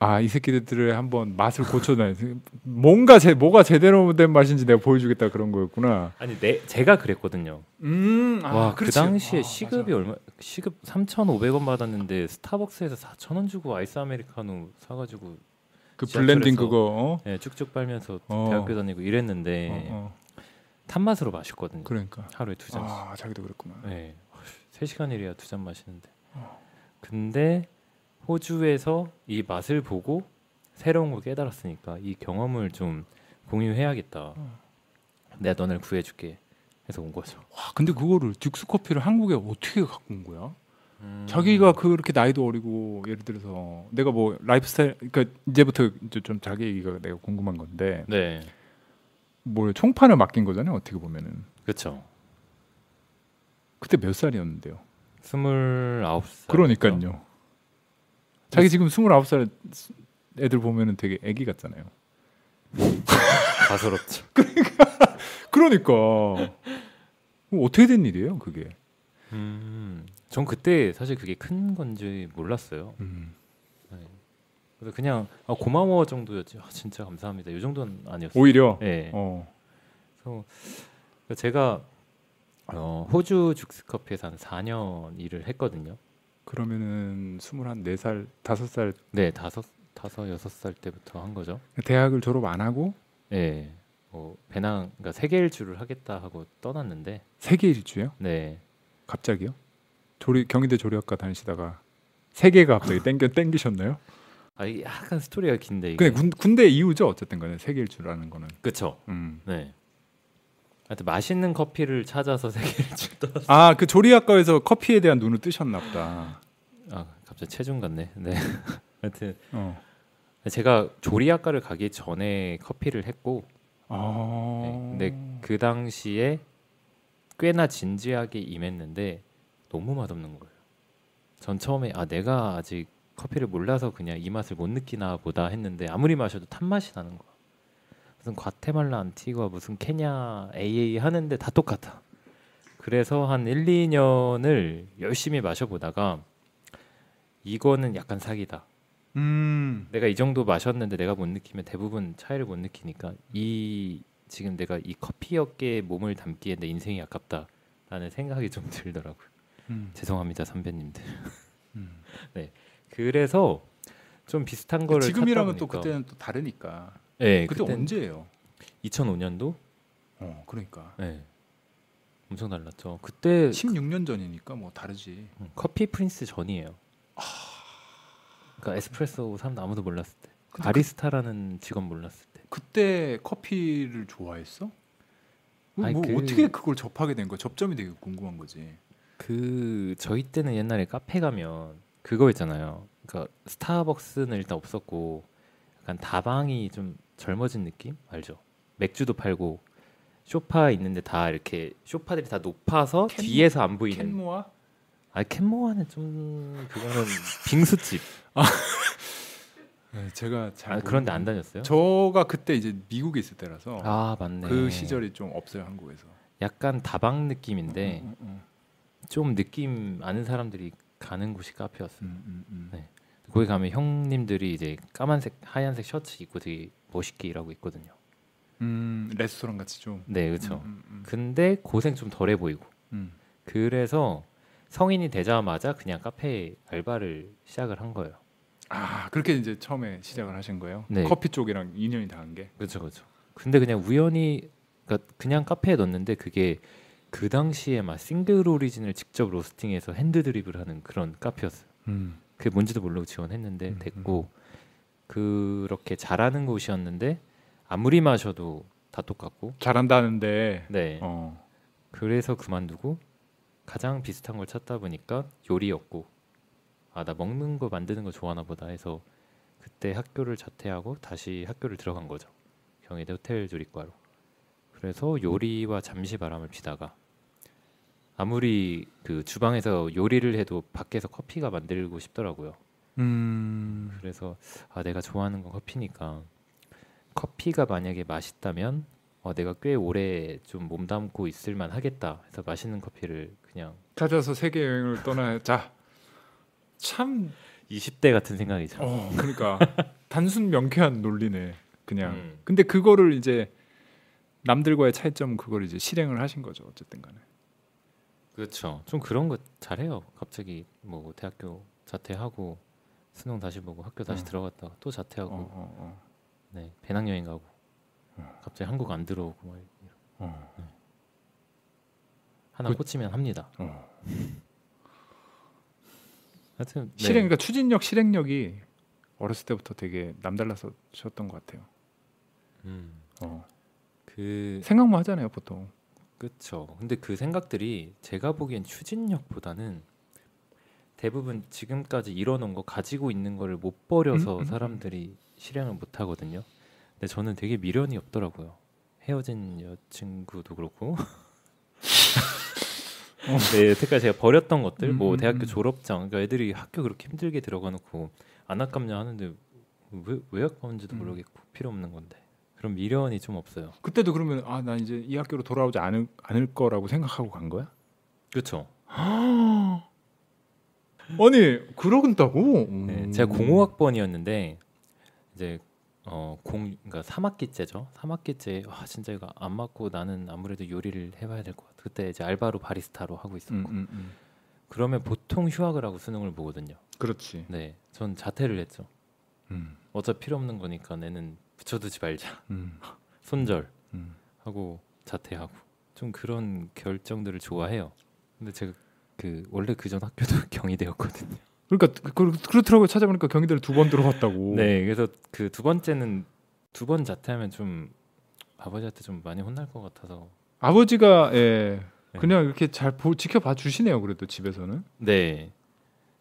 아 이 새끼들을 한번 맛을 고쳐놔야 돼. 뭔가 제 뭐가 제대로 된 맛인지 내가 보여주겠다 그런 거였구나.
아니 내 제가 그랬거든요.
음,
와 그 당시에 시급이 얼마? 시급 3,500원 받았는데 스타벅스에서 4,000원 주고 아이스 아메리카노 사가지고
그
지하철에서-
블렌딩 그거. 어?
예, 쭉쭉 빨면서
어.
대학교 다니고 이랬는데
어,
탄맛으로 마셨거든요.
어. 그러니까.
하루에 두 잔씩.
아 자기도 그랬구나.
네. 세 시간 일이야 두 잔 마시는데.
어.
근데 호주에서 이 맛을 보고 새로운 걸 깨달았으니까 이 경험을 좀 공유해야겠다.
어.
내가 너를 구해줄게. 해서 온 거죠.
와 근데 그거를 듀스 커피를 한국에 어떻게 갖고 온 거야? 자기가 그렇게 나이도 어리고 예를 들어서 내가 뭐 라이프스타일 그러니까 이제부터 이제 좀 자기 얘기가 내가 궁금한 건데
네,
뭘 총판을 맡긴 거잖아요 어떻게 보면은
그렇죠.
그때 몇 살이었는데요
스물아홉 살.
그러니까요 자기 지금 29살 애들 보면은 되게 애기 같잖아요
가소롭죠.
그러니까 그럼 어떻게 된 일이에요 그게
음, 전 그때 사실 그게 큰 건지 몰랐어요.
음.
그래서 그냥 아, 고마워 정도였지. 아, 진짜 감사합니다. 이 정도는 아니었어요.
오히려
네.
어.
그래서 제가 어, 호주 죽스 커피에서 한 4년 일을 했거든요.
그러면은 24살 5살
네, 다섯 다섯 여섯 살 때부터 한 거죠.
대학을 졸업 안 하고
네, 뭐 배낭 그러니까 세계 일주를 하겠다 하고 떠났는데,
세계 일주예요
네,
갑자기요? 조리 경희대 조리학과 다니시다가 세 개가 갑자기 땡겨 땡기셨나요?
아 이게 약간 스토리가 긴데 이게.
근데 군, 군대 이후죠 어쨌든 간에 세계일주라는 음. 거는.
그쵸. 네. 하여튼 맛있는 커피를 찾아서 세계 일주 떠.
아그 조리학과에서 커피에 대한 눈을 뜨셨나 보다.
아 갑자기 체중 같네. 네. 하여튼
어.
제가 조리학과를 가기 전에 커피를 했고
아.
네, 근데 그 당시에 꽤나 진지하게 임했는데 너무 맛없는 거예요. 전 처음에 아 내가 아직 커피를 몰라서 그냥 이 맛을 못 느끼나 보다 했는데 아무리 마셔도 탄 맛이 나는 거야. 무슨 과테말라 안티과 무슨 케냐 AA 하는데 다 똑같아. 그래서 한 1, 2년을 열심히 마셔보다가 이거는 약간 사기다.
음.
내가 이 정도 마셨는데 내가 못 느끼면 대부분 차이를 못 느끼니까 이 지금 내가 이 커피 업계에 몸을 담기에 내 인생이 아깝다라는 생각이 좀 들더라고요.
음.
죄송합니다 선배님들.
음.
네, 그래서 좀 비슷한 거를
그 그러니까 지금이랑은
찾다
또
보니까-
그때는 또 다르니까.
네,
그때
그때
언제예요?
2005년도
어 그러니까.
네. 엄청 달랐죠. 그때
16년 전이니까 뭐 다르지.
음, 커피 프린스 전이에요.
아.
그러니까 에스프레소 사람 아무도 몰랐을 때
근데 그
바리스타라는 직업 몰랐을 때
그때 커피를 좋아했어? 뭐,
아니,
뭐
그-
어떻게 그걸 접하게 된 거야? 접점이 되게 궁금한 거지.
그 저희 때는 옛날에 카페 가면 그거 있잖아요. 그러니까 스타벅스는 일단 없었고 약간 다방이 좀 젊어진 느낌 알죠? 맥주도 팔고 쇼파 있는데 다 이렇게 쇼파들이 다 높아서
캔-
뒤에서 안뭐 보이는
캔모아? 뭐.
아 캔모아는 좀 그거는 빙수집
네, 제가 잘
아,
모르-
그런데 안 다녔어요?
저가 그때 이제 미국에 있을 때라서
아 맞네
그 시절이 좀 없어요 한국에서.
약간 다방 느낌인데
음, 음,
좀 느낌 아는 사람들이 가는 곳이 카페였어요.
음, 음, 음.
네. 거기 가면 형님들이 이제 까만색 하얀색 셔츠 입고 되게 멋있게 일하고 있거든요.
음, 레스토랑 같이 좀.
네, 그렇죠.
음, 음, 음.
근데 고생 좀 덜해 보이고
음.
그래서 성인이 되자마자 그냥 카페 알바를 시작을 한 거예요.
아 그렇게 이제 처음에 시작을 하신 거예요?
네.
커피 쪽이랑 인연이 닿은 게.
그렇죠, 그렇죠. 근데 그냥 우연히 그러니까 그냥 카페에 넣었는데 그게 그 당시에 막 싱글 오리진을 직접 로스팅해서 핸드 드립을 하는 그런 카페였어요.
음.
그게 뭔지도 모르고 지원했는데
음,
됐고 그렇게 잘하는 곳이었는데 아무리 마셔도 다 똑같고
잘한다는데.
네
어.
그래서 그만두고 가장 비슷한 걸 찾다 보니까 요리였고 아 나 먹는 거 만드는 거 좋아하나 보다 해서 그때 학교를 자퇴하고 다시 학교를 들어간 거죠 경희대 호텔 조리과로 그래서 요리와 잠시 바람을 피다가 아무리 그 주방에서 요리를 해도 밖에서 커피가 만들고 싶더라고요
음.
그래서 아 내가 좋아하는 건 커피니까 커피가 만약에 맛있다면 어, 내가 꽤 오래 좀 몸담고 있을만 하겠다 해서 맛있는 커피를 그냥
찾아서 세계 여행을 떠나자. 참
20대 같은 생각이죠.
어, 그러니까 단순 명쾌한 논리네. 그냥.
음.
근데 그거를 이제 남들과의 차이점은 그걸 이제 실행을 하신 거죠. 어쨌든 간에.
그렇죠. 좀 그런 거 잘해요. 갑자기 뭐 대학교 자퇴하고 수능 다시 보고 학교 다시
음.
들어갔다가 또
어,
자퇴하고
어,
네 배낭여행 가고
음.
갑자기 한국 안 들어오고 막 이런.
어. 어.
하나
그-
꽂히면 합니다.
어.
하여튼 네.
실행 그러니까 추진력 실행력이 어렸을 때부터 되게 남달라서셨던 것 같아요.
음,
어.
그
생각만 하잖아요, 보통.
그렇죠. 근데 그 생각들이 제가 보기엔 추진력보다는 대부분 지금까지 이뤄놓은 거 가지고 있는 거를 못 버려서
음, 음,
사람들이 실행을 못 하거든요. 근데 저는 되게 미련이 없더라고요. 헤어진 여친구도 그렇고 네, 여태까지 제가 버렸던 것들
음,
뭐
음,
대학교
음.
졸업장 그러니까 애들이 학교 그렇게 힘들게 들어가놓고 안 아깝냐 하는데 왜, 왜 아까운지도
음.
모르겠고 필요 없는 건데 그런 미련이 좀 없어요.
그때도 그러면 아, 나 이제 이 학교로 돌아오지 않을, 않을 거라고 생각하고 간 거야?
그렇죠.
아니, 그런다고?
네,
음.
제가 05학번이었는데 이제 어, 공 그러니까 3학기째죠. 3학기째 와 진짜 이거 안 맞고 나는 아무래도 요리를 해봐야 될 것 같아. 그때 이제 알바로 바리스타로 하고 있었고
음, 음, 음.
그러면 보통 휴학을 하고 수능을 보거든요.
그렇지.
네, 전 자퇴를 했죠.
음.
어차피 필요 없는 거니까 내는 붙여두지 말자.
음.
손절
음.
하고 자퇴하고 좀 그런 결정들을 좋아해요. 근데 제가 그 원래 그전 학교도 경희대였거든요.
그러니까 그- 그, 그렇더라고요. 찾아보니까 경희대를 두 번 들어갔다고.
네, 그래서 그 두 번째는 두 번 자퇴하면 좀 아버지한테 좀 많이 혼날 것 같아서.
아버지가 예,
네.
그냥 이렇게 잘 보, 지켜봐 주시네요. 그래도 집에서는.
네.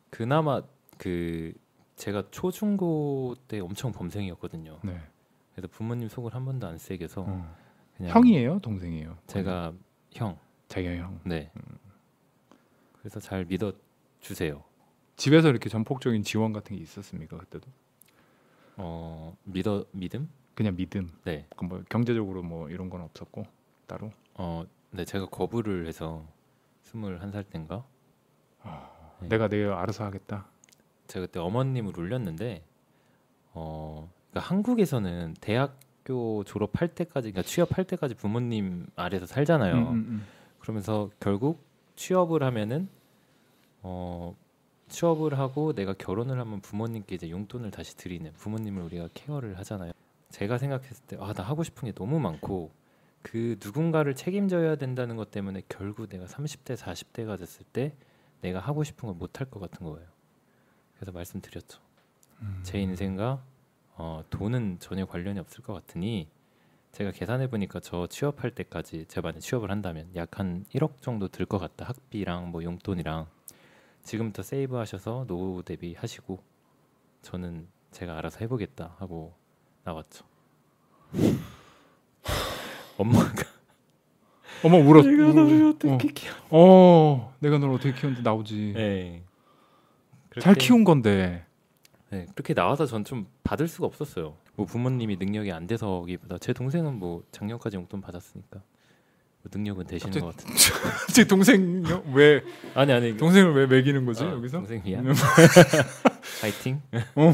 그나마 그 제가 초중고 때 엄청 범생이었거든요.
네.
그래서 부모님 속을 한 번도 안 새겨서
어.
그냥
형이에요, 동생이에요.
제가 형.
자기가 형.
네.
음.
그래서 잘 믿어 주세요.
집에서 이렇게 전폭적인 지원 같은 게 있었습니까 그때도?
어 믿어 믿음?
그냥 믿음.
네.
그뭐 경제적으로 뭐 이런 건 없었고 따로.
어, 네 제가 거부를 해서 21살 땐가 네.
내가 내가 알아서 하겠다.
제가 그때 어머님을 울렸는데 어 그러니까 한국에서는 대학교 졸업할 때까지 그러니까 취업할 때까지 부모님 아래서 살잖아요.
음, 음, 음.
그러면서 결국 취업을 하면은 어 취업을 하고 내가 결혼을 하면 부모님께 이제 용돈을 다시 드리는 부모님을 우리가 케어를 하잖아요. 제가 생각했을 때 아 나 하고 싶은 게 너무 많고 그 누군가를 책임져야 된다는 것 때문에 결국 내가 30대 40대가 됐을 때 내가 하고 싶은 걸 못 할 것 같은 거예요. 그래서 말씀드렸죠. 제 인생과 어, 돈은 전혀 관련이 없을 것 같으니 제가 계산해 보니까 저 취업할 때까지 제가 만약 취업을 한다면 약 한 1억 정도 들 것 같다. 학비랑 뭐 용돈이랑 지금부터 세이브하셔서 노후 대비 하시고 저는 제가 알아서 해보겠다 하고 나왔죠. 엄마가
어머 울었.
어떻게 키워?
어, 어, 내가 널 어떻게 키웠는지 나오지.
네.
잘
그렇게-
키운 건데.
네, 그렇게 나와서 전 좀 받을 수가 없었어요. 뭐 부모님이 능력이 안 돼서기보다 제 동생은 뭐 작년까지 용돈 받았으니까 뭐 능력은 되시는 것 같은데.
제 동생 왜
아니 아니.
동생을 왜 매기는 거지
아,
여기서?
동생 미안. 파이팅.
오,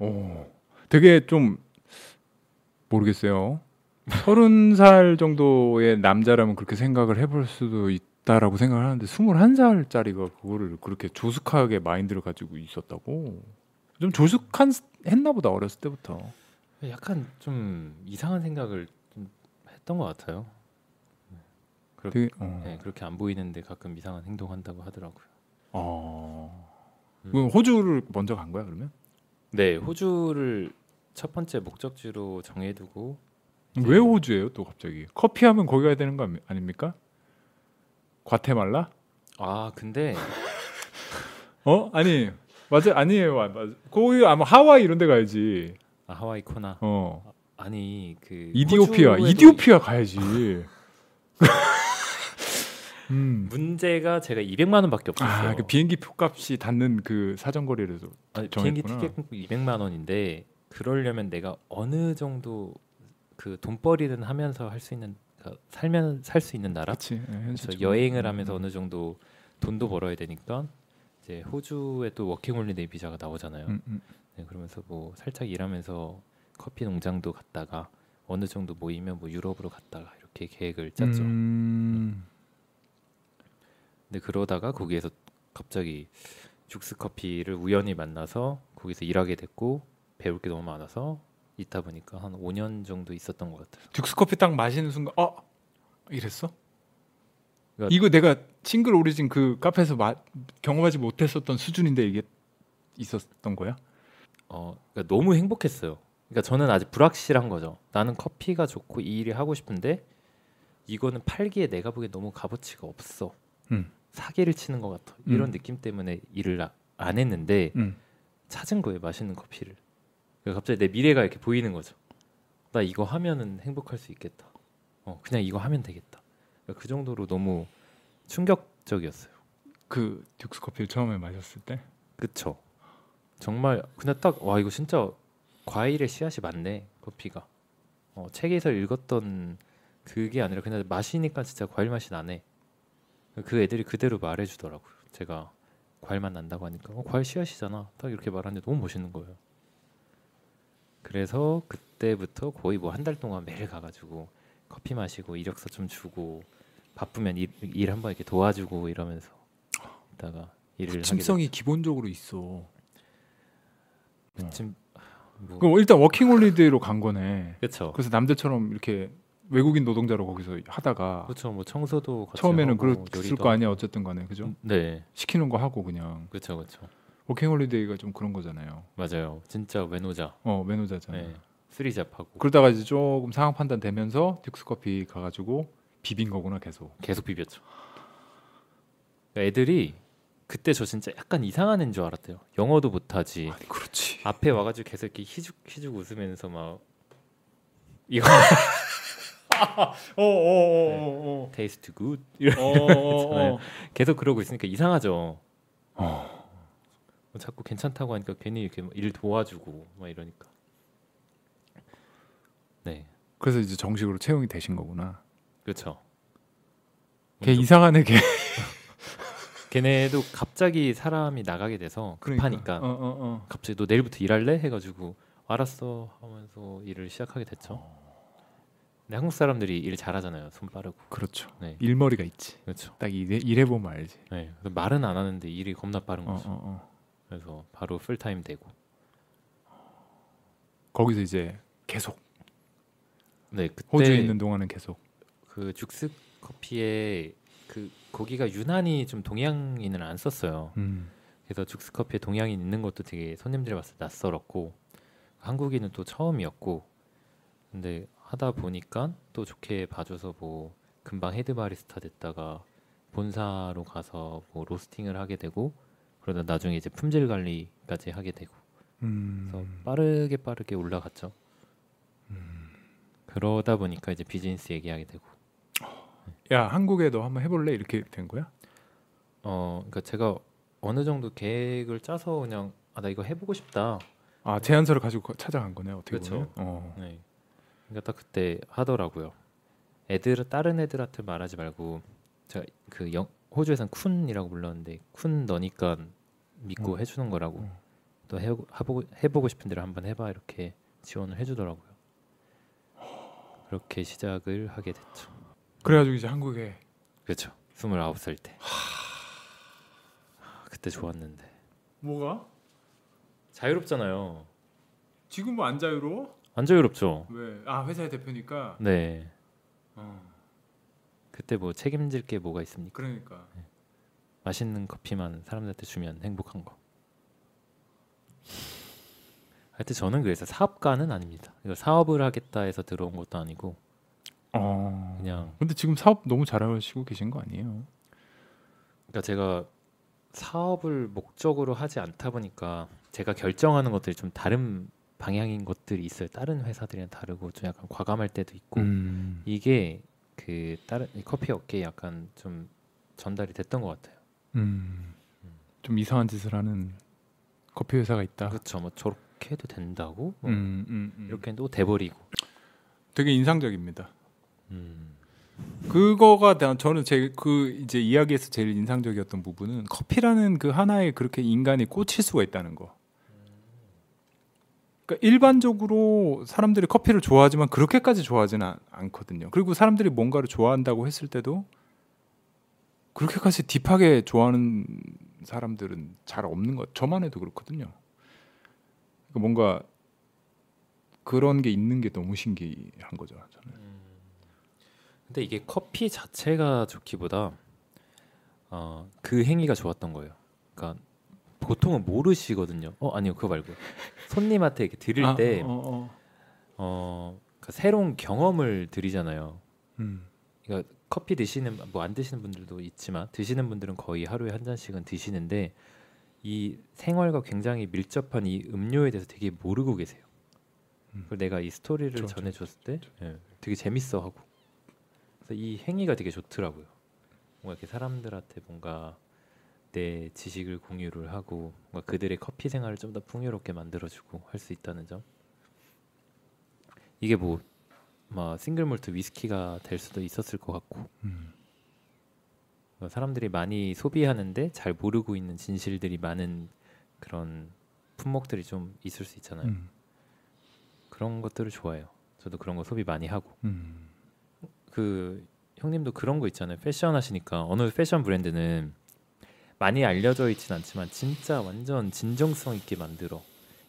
어, 되게 좀 모르겠어요. 서른 살 정도의 남자라면 그렇게 생각을 해볼 수도 있다라고 생각을 하는데 스물한 살짜리가 그거를 그렇게 조숙하게 마인드를 가지고 있었다고 좀 조숙한 스- 했나 보다 어렸을 때부터
약간 좀 이상한 생각을 좀 했던 것 같아요. 그렇게
되게 어.
네, 그렇게 안 보이는데 가끔 이상한 행동한다고 하더라고요.
어. 그럼 호주를 먼저 간 거야 그러면?
네, 호주를 첫 번째 목적지로 정해두고
왜 호주예요 또 갑자기? 커피하면 거기 가야 되는 거 아니- 아닙니까? 과테말라?
아 근데
어? 아니 맞아 아니에요 아, 맞아. 거기 아마 하와이 이런 데 가야지
아, 하와이 코나
어
아니 그
이디오피아
호주에도
이디오피아 가야지 음아
문제가 제가 200만 원밖에 없었어요.
그 비행기 표값이 닿는 그 사정거리에서
아니, 비행기
정했구나.
티켓 200만 원인데 그러려면 내가 어느 정도 그 돈벌이는 하면서 할 수 있는 그러니까 살면 살 수 있는 나라
그렇지 예,
그래서
현실적으로.
여행을 하면서 어느 정도 돈도 벌어야 되니까 이제 호주에 또 워킹홀리데이 비자가 나오잖아요.
음, 음.
네, 그러면서 뭐 살짝 일하면서 커피 농장도 갔다가 어느 정도 모이면 뭐 유럽으로 갔다가 이렇게 계획을 짰죠.
음,
근데 그러다가 거기에서 갑자기 죽스 커피를 우연히 만나서 거기서 일하게 됐고 배울 게 너무 많아서 있다 보니까 한 5년 정도 있었던 것 같아요.
듀스커피 딱 마시는 순간 어 이랬어
그러니까-
이거 내가 싱글 오리진 그 카페에서 마, 경험하지 못했었던 수준인데 이게 있었던 거야
어, 그러니까 너무 행복했어요. 그러니까 저는 아직 불확실한 거죠. 나는 커피가 좋고 이 일이 하고 싶은데 이거는 팔기에 내가 보기에 너무 값어치가 없어.
음.
사기를 치는 것 같아.
음.
이런 느낌 때문에 일을 아- 안 했는데
음.
찾은 거예요. 맛있는 커피를. 그러니까 갑자기 내 미래가 이렇게 보이는 거죠. 나 이거 하면은 행복할 수 있겠다. 어, 그냥 이거 하면 되겠다. 그러니까 그 정도로 너무 충격적이었어요.
그 듀스 커피를 처음에 마셨을 때
그쵸 정말 그냥 딱 와 이거 진짜 과일의 씨앗이 많네 커피가 어, 책에서 읽었던 그게 아니라 그냥 마시니까 진짜 과일 맛이 나네 그 애들이 그대로 말해주더라고요 제가 과일 맛 난다고 하니까 어, 과일 씨앗이잖아 딱 이렇게 말하는데 너무 멋있는 거예요 그래서 그때부터 거의 뭐 한 달 동안 매일 가가지고 커피 마시고 이력서 좀 주고 바쁘면 일, 일 한번 이렇게 도와주고 이러면서 있다가 일을 하게 뭐
침성이 기본적으로 있어.
지금 뭐
음. 그럼 일단 워킹홀리데이로 간 거네.
그렇죠.
그래서 남들처럼 이렇게 외국인 노동자로 거기서 하다가
그렇죠. 뭐 청소도 같이
처음에는
하고,
그랬을
요리도
거 아니야 어쨌든 간에 그죠?
하고. 네.
시키는 거 하고 그냥
그렇죠. 그렇죠.
워킹홀리데이가 좀 그런 거잖아요.
맞아요. 진짜 외노자.
어 매노자잖아.
네.
요
쓰리잡하고
그러다가 이제 조금 상황 판단 되면서 듀스 커피 가가지고 비빈 거구나 계속.
계속 비볐죠. 그러니까 애들이 그때 저 진짜 약간 이상한 애인 줄 알았대요. 영어도 못하지.
아니 그렇지.
앞에 와가지고 계속 이렇게 희죽희죽 웃으면서 막 이거
어,
네.
어어어어어. 어,
테이스트 굿
네.
계속 그러고 있으니까 이상하죠.
어.
뭐 자꾸 괜찮다고 하니까 괜히 이렇게 막일 도와주고 막 이러니까. 네,
그래서 이제 정식으로 채용이 되신 거구나.
그렇죠. 음,
걔 이상한 애걔
걔네도 갑자기 사람이 나가게 돼서 급하니까
어, 어, 어.
갑자기 너 내일부터 일할래 해가지고 알았어 하면서 일을 시작하게 됐죠. 근데 한국 사람들이 일 잘하잖아요. 손 빠르고.
그렇죠.
네,
일머리가 있지.
그렇죠.
딱 일해, 일해보면 알지.
네, 그래서 말은 안 하는데 일이 겁나 빠른
어, 어,
거죠.
어.
그래서 바로 풀타임 되고.
거기서 이제 계속
네 그때
호주에 있는 동안은 계속.
그 죽스 커피에 그 고기가 유난히 좀 동양인을 안 썼어요.
음.
그래서 죽스 커피에 동양인 있는 것도 되게 손님들이 봤을 때 낯설었고 한국인은 또 처음이었고 근데 하다 보니까 또 좋게 봐줘서 뭐 금방 헤드 바리스타 됐다가 본사로 가서 뭐 로스팅을 하게 되고 그러다 나중에 이제 품질 관리까지 하게 되고
음.
그래서 빠르게 빠르게 올라갔죠. 그러다 보니까 이제 비즈니스 얘기하게 되고
야 한국에 너 한번 해볼래 이렇게 된 거야?
어 그러니까 제가 어느 정도 계획을 짜서 그냥 아 나 이거 해보고 싶다
아 제안서를 가지고 거- 찾아간 거네 어떻게
네. 그쵸.
보면. 어.
네. 그러니까 딱 그때 하더라고요. 애들 다른 애들한테 말하지 말고 제가 그 영, 호주에선 쿤이라고 불렀는데 쿤 너니까 믿고 해주는 거라고
어.
또 해, 해보고 해보고 싶은 대로 한번 해봐 이렇게 지원을 해주더라고요. 그렇게 시작을 하게 됐죠.
그래가지고 이제 한국에
그렇죠. 29살 때. 아, 그때 좋았는데.
뭐가?
자유롭잖아요.
지금 뭐 안 자유로워?
안 자유롭죠.
왜? 아 회사의 대표니까.
네.
어.
그때 뭐 책임질 게 뭐가 있습니까?
그러니까.
맛있는 커피만 사람들한테 주면 행복한 거. 하여튼 저는 그래서 사업가는 아닙니다. 이거 사업을 하겠다 해서 들어온 것도 아니고
어.
그냥
근데 지금 사업 너무 잘하시고 계신 거 아니에요?
그러니까 제가 사업을 목적으로 하지 않다 보니까 제가 결정하는 것들이 좀 다른 방향인 것들이 있어요. 다른 회사들이랑 다르고 좀 약간 과감할 때도 있고
음.
이게 그 다른 이 커피 업계에 약간 좀 전달이 됐던 것 같아요.
음. 좀 이상한 짓을 하는 커피 회사가 있다.
그렇죠. 뭐 저렇게 해도 된다고 뭐
아. 음, 음, 음.
이렇게 또 돼버리고.
되게 인상적입니다.
음.
그거가 나- 저는 제 그 이제 이야기에서 제일 인상적이었던 부분은 커피라는 그 하나에 그렇게 인간이 꽂힐 수가 있다는 거. 그러니까 일반적으로 사람들이 커피를 좋아하지만 그렇게까지 좋아하지는 않- 않거든요. 그리고 사람들이 뭔가를 좋아한다고 했을 때도 그렇게까지 딥하게 좋아하는 사람들은 잘 없는 것. 저만 해도 그렇거든요. 그러니까 뭔가 그런 게 있는 게 너무 신기한 거죠. 저는.
근데 이게 커피 자체가 좋기보다 어, 그 행위가 좋았던 거예요. 그러니까 보통은 모르시거든요. 어 아니요 그거 말고 손님한테 이렇게 드릴
아,
때
어,
어,
어, 어.
그러니까 새로운 경험을 드리잖아요.
음.
그러니까 커피 드시는 뭐 안 드시는 분들도 있지만 드시는 분들은 거의 하루에 한 잔씩은 드시는데 이 생활과 굉장히 밀접한 이 음료에 대해서 되게 모르고 계세요.
음.
그리고 내가 이 스토리를
좋아, 좋아,
전해줬을 때 예, 되게 재밌어 하고 그래서 이 행위가 되게 좋더라고요. 뭔가 이렇게 사람들한테 뭔가 내 지식을 공유를 하고 뭔가 그들의 커피 생활을 좀 더 풍요롭게 만들어주고 할 수 있다는 점 이게 뭐 막 싱글몰트 위스키가 될 수도 있었을 것 같고
음.
어, 사람들이 많이 소비하는데 잘 모르고 있는 진실들이 많은 그런 품목들이 좀 있을 수 있잖아요.
음.
그런 것들을 좋아해요. 저도 그런 거 소비 많이 하고
음.
그 형님도 그런 거 있잖아요. 패션 하시니까 어느 패션 브랜드는 많이 알려져 있진 않지만 진짜 완전 진정성 있게 만들어.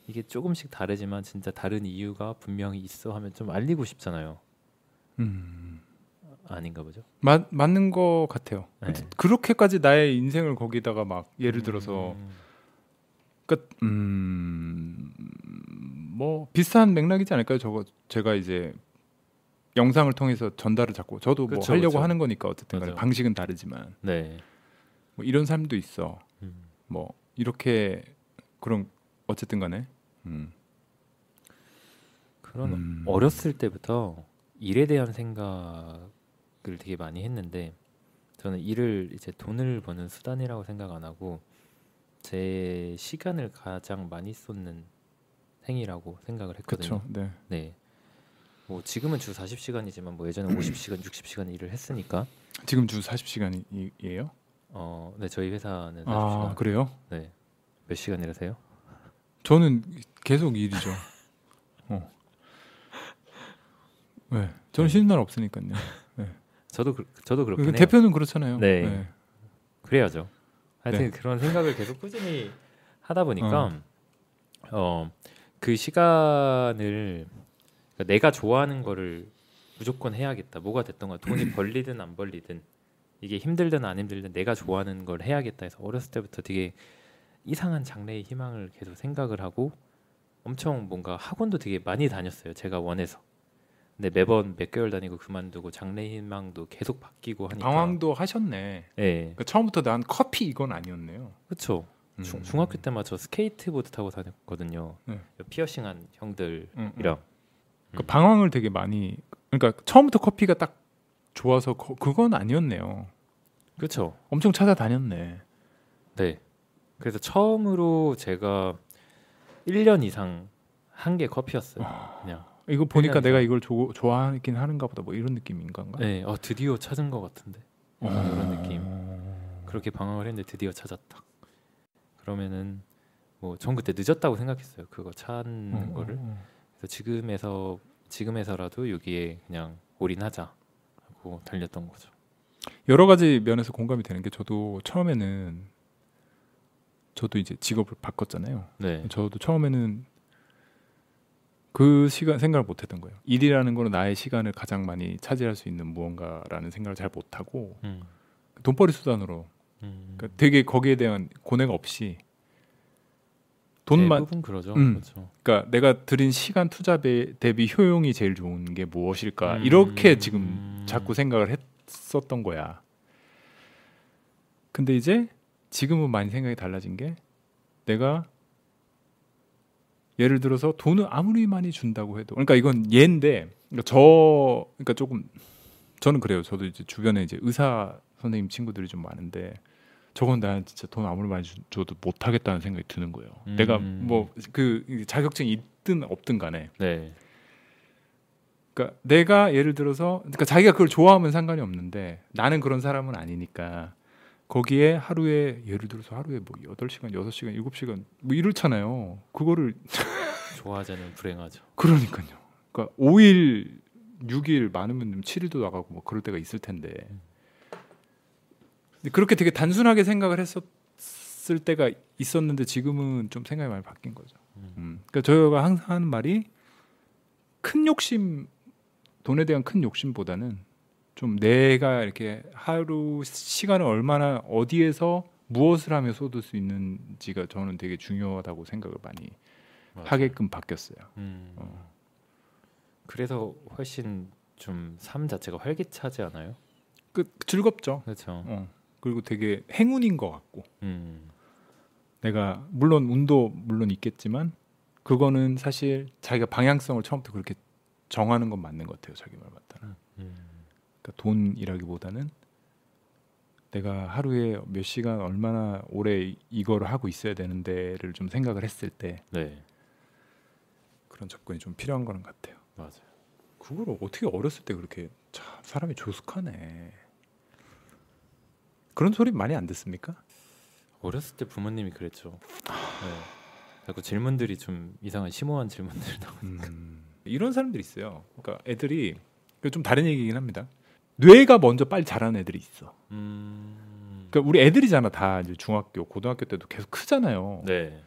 이게 조금씩 다르지만 진짜 다른 이유가 분명히 있어 하면 좀 알리고 싶잖아요.
음.
아닌가 보죠.
맞 맞는 거 같아요.
네.
그렇게까지 나의 인생을 거기다가 막 예를 들어서
음,
그러니까 음, 음뭐 비슷한 맥락이지 않을까요? 저거 제가 이제 영상을 통해서 전달을 자꾸 저도 뭐
그쵸,
하려고
그쵸.
하는 거니까 어쨌든 간에
맞아요.
방식은 다르지만
네.
뭐 이런 삶도 있어.
음.
뭐 이렇게 그런 어쨌든 간에 음.
그런
음.
어렸을 때부터 일에 대한 생각을 되게 많이 했는데 저는 일을 이제 돈을 버는 수단이라고 생각 안 하고 제 시간을 가장 많이 쏟는 행위라고 생각을 했거든요.
그렇죠. 네.
네. 뭐 지금은 주 40시간이지만 뭐 예전에 50시간, 60시간 일을 했으니까
지금 주 40시간이에요?
어, 네 저희 회사는 40시간.
아, 그래요?
네. 몇 시간 일하세요?
저는 계속 일이죠. 어. 네, 저는 쉬는 날 없으니까요. 그
저도 그, 저도 그렇긴 해요.
대표는 그렇잖아요.
네. 그래야죠. 하여튼
네.
그런 생각을 계속 꾸준히 하다 보니까 어 그 시간을 그러니까 내가 좋아하는 거를 무조건 해야겠다. 뭐가 됐던 거야. 돈이 벌리든 안 벌리든 이게 힘들든 안 힘들든 내가 좋아하는 걸 해야겠다 해서 어렸을 때부터 되게 이상한 장래의 희망을 계속 생각을 하고 엄청 뭔가 학원도 되게 많이 다녔어요. 제가 원해서. 근데 매번 몇 개월 다니고 그만두고 장래 희망도 계속 바뀌고 하니까
방황도 하셨네.
예.
그러니까 처음부터 난 커피 이건 아니었네요. 음.
그렇죠. 중, 중학교 때만 저 스케이트보드 타고 다녔거든요.
네.
피어싱한 형들이랑
음, 음. 그 방황을 되게 많이 그러니까 처음부터 커피가 딱 좋아서 거- 그건 아니었네요.
그렇죠.
엄청 찾아다녔네.
네. 그래서 처음으로 제가 1년 이상 한 게 커피였어요.
아,
그냥.
이거 보니까
그냥-
내가 이걸 조- 좋아하긴 하는가 보다 뭐 이런 느낌인가인가?
네. 어, 드디어 찾은 것 같은데.
어.
약간 그런 느낌. 그렇게 방황을 했는데 드디어 찾았다. 그러면은 뭐 전 그때 늦었다고 생각했어요. 그거 찾는
음.
거를.
어.
그래서 지금에서 지금에서라도 여기에 그냥 올인하자 하고 달렸던 거죠.
여러 가지 면에서 공감이 되는 게 저도 처음에는 저도 이제 직업을 바꿨잖아요.
네.
저도 처음에는 그 시간 생각을 못 했던 거예요. 일이라는 거는 나의 시간을 가장 많이 차지할 수 있는 무언가라는 생각을 잘 못 하고
음.
돈벌이 수단으로
음.
그러니까 되게 거기에 대한 고뇌가 없이 돈만
대부분 그러죠.
음.
그렇죠.
그러니까 내가 들인 시간 투자 배- 대비 효용이 제일 좋은 게 무엇일까
음.
이렇게 지금 자꾸 생각을 했었던 거야. 근데 이제 지금은 많이 생각이 달라진 게 내가 예를 들어서 돈을 아무리 많이 준다고 해도 그러니까 이건 예인데 그러니까 저 그러니까 조금 저는 그래요. 저도 이제 주변에 이제 의사 선생님 친구들이 좀 많은데 저건 나 진짜 돈 아무리 많이 주- 줘도 못 하겠다는 생각이 드는 거예요.
음.
내가 뭐 그 자격증이 있든 없든 간에
네.
그러니까 내가 예를 들어서 그러니까 자기가 그걸 좋아하면 상관이 없는데 나는 그런 사람은 아니니까 거기에 하루에 예를 들어서 하루에 뭐 8시간, 6시간, 7시간 뭐 이렇잖아요. 그거를
좋아하자는 불행하죠.
그러니까요. 그러니까 5일, 6일 많으면 7일도 나가고 뭐 그럴 때가 있을 텐데. 근데 그렇게 되게 단순하게 생각을 했었을 때가 있었는데 지금은 좀 생각이 많이 바뀐 거죠.
음.
음. 그러니까 저희가 항상 하는 말이 큰 욕심 돈에 대한 큰 욕심보다는 좀 내가 이렇게 하루 시간을 얼마나 어디에서 무엇을 하며 쏟을 수 있는지가 저는 되게 중요하다고 생각을 많이 하게끔 바뀌었어요.
음.
어.
그래서 훨씬 좀 삶 자체가 활기차지 않아요?
그 즐겁죠.
그렇죠.
어. 그리고 되게 행운인 것 같고
음.
내가 물론 운도 물론 있겠지만 그거는 사실 자기가 방향성을 처음부터 그렇게 정하는 건 맞는 것 같아요. 자기 말 맞다는.
음.
그러니까 돈이라기보다는 내가 하루에 몇 시간 얼마나 오래 이- 이거를 하고 있어야 되는데를 좀 생각을 했을 때
네.
그런 접근이 좀 필요한 거는 같아요.
맞아요.
그걸 어떻게 어렸을 때 그렇게 참 사람이 조숙하네. 그런 소리 많이 안 듣습니까?
어렸을 때 부모님이 그랬죠. 네. 자꾸 질문들이 좀 이상한 심오한 질문들 나오는.
음. 이런 사람들이 있어요. 그러니까 애들이 이거 좀 다른 얘기긴 합니다. 뇌가 먼저 빨리 자라는 애들이 있어.
음.
그러니까 우리 애들이잖아 다 이제 중학교, 고등학교 때도 계속 크잖아요.
네.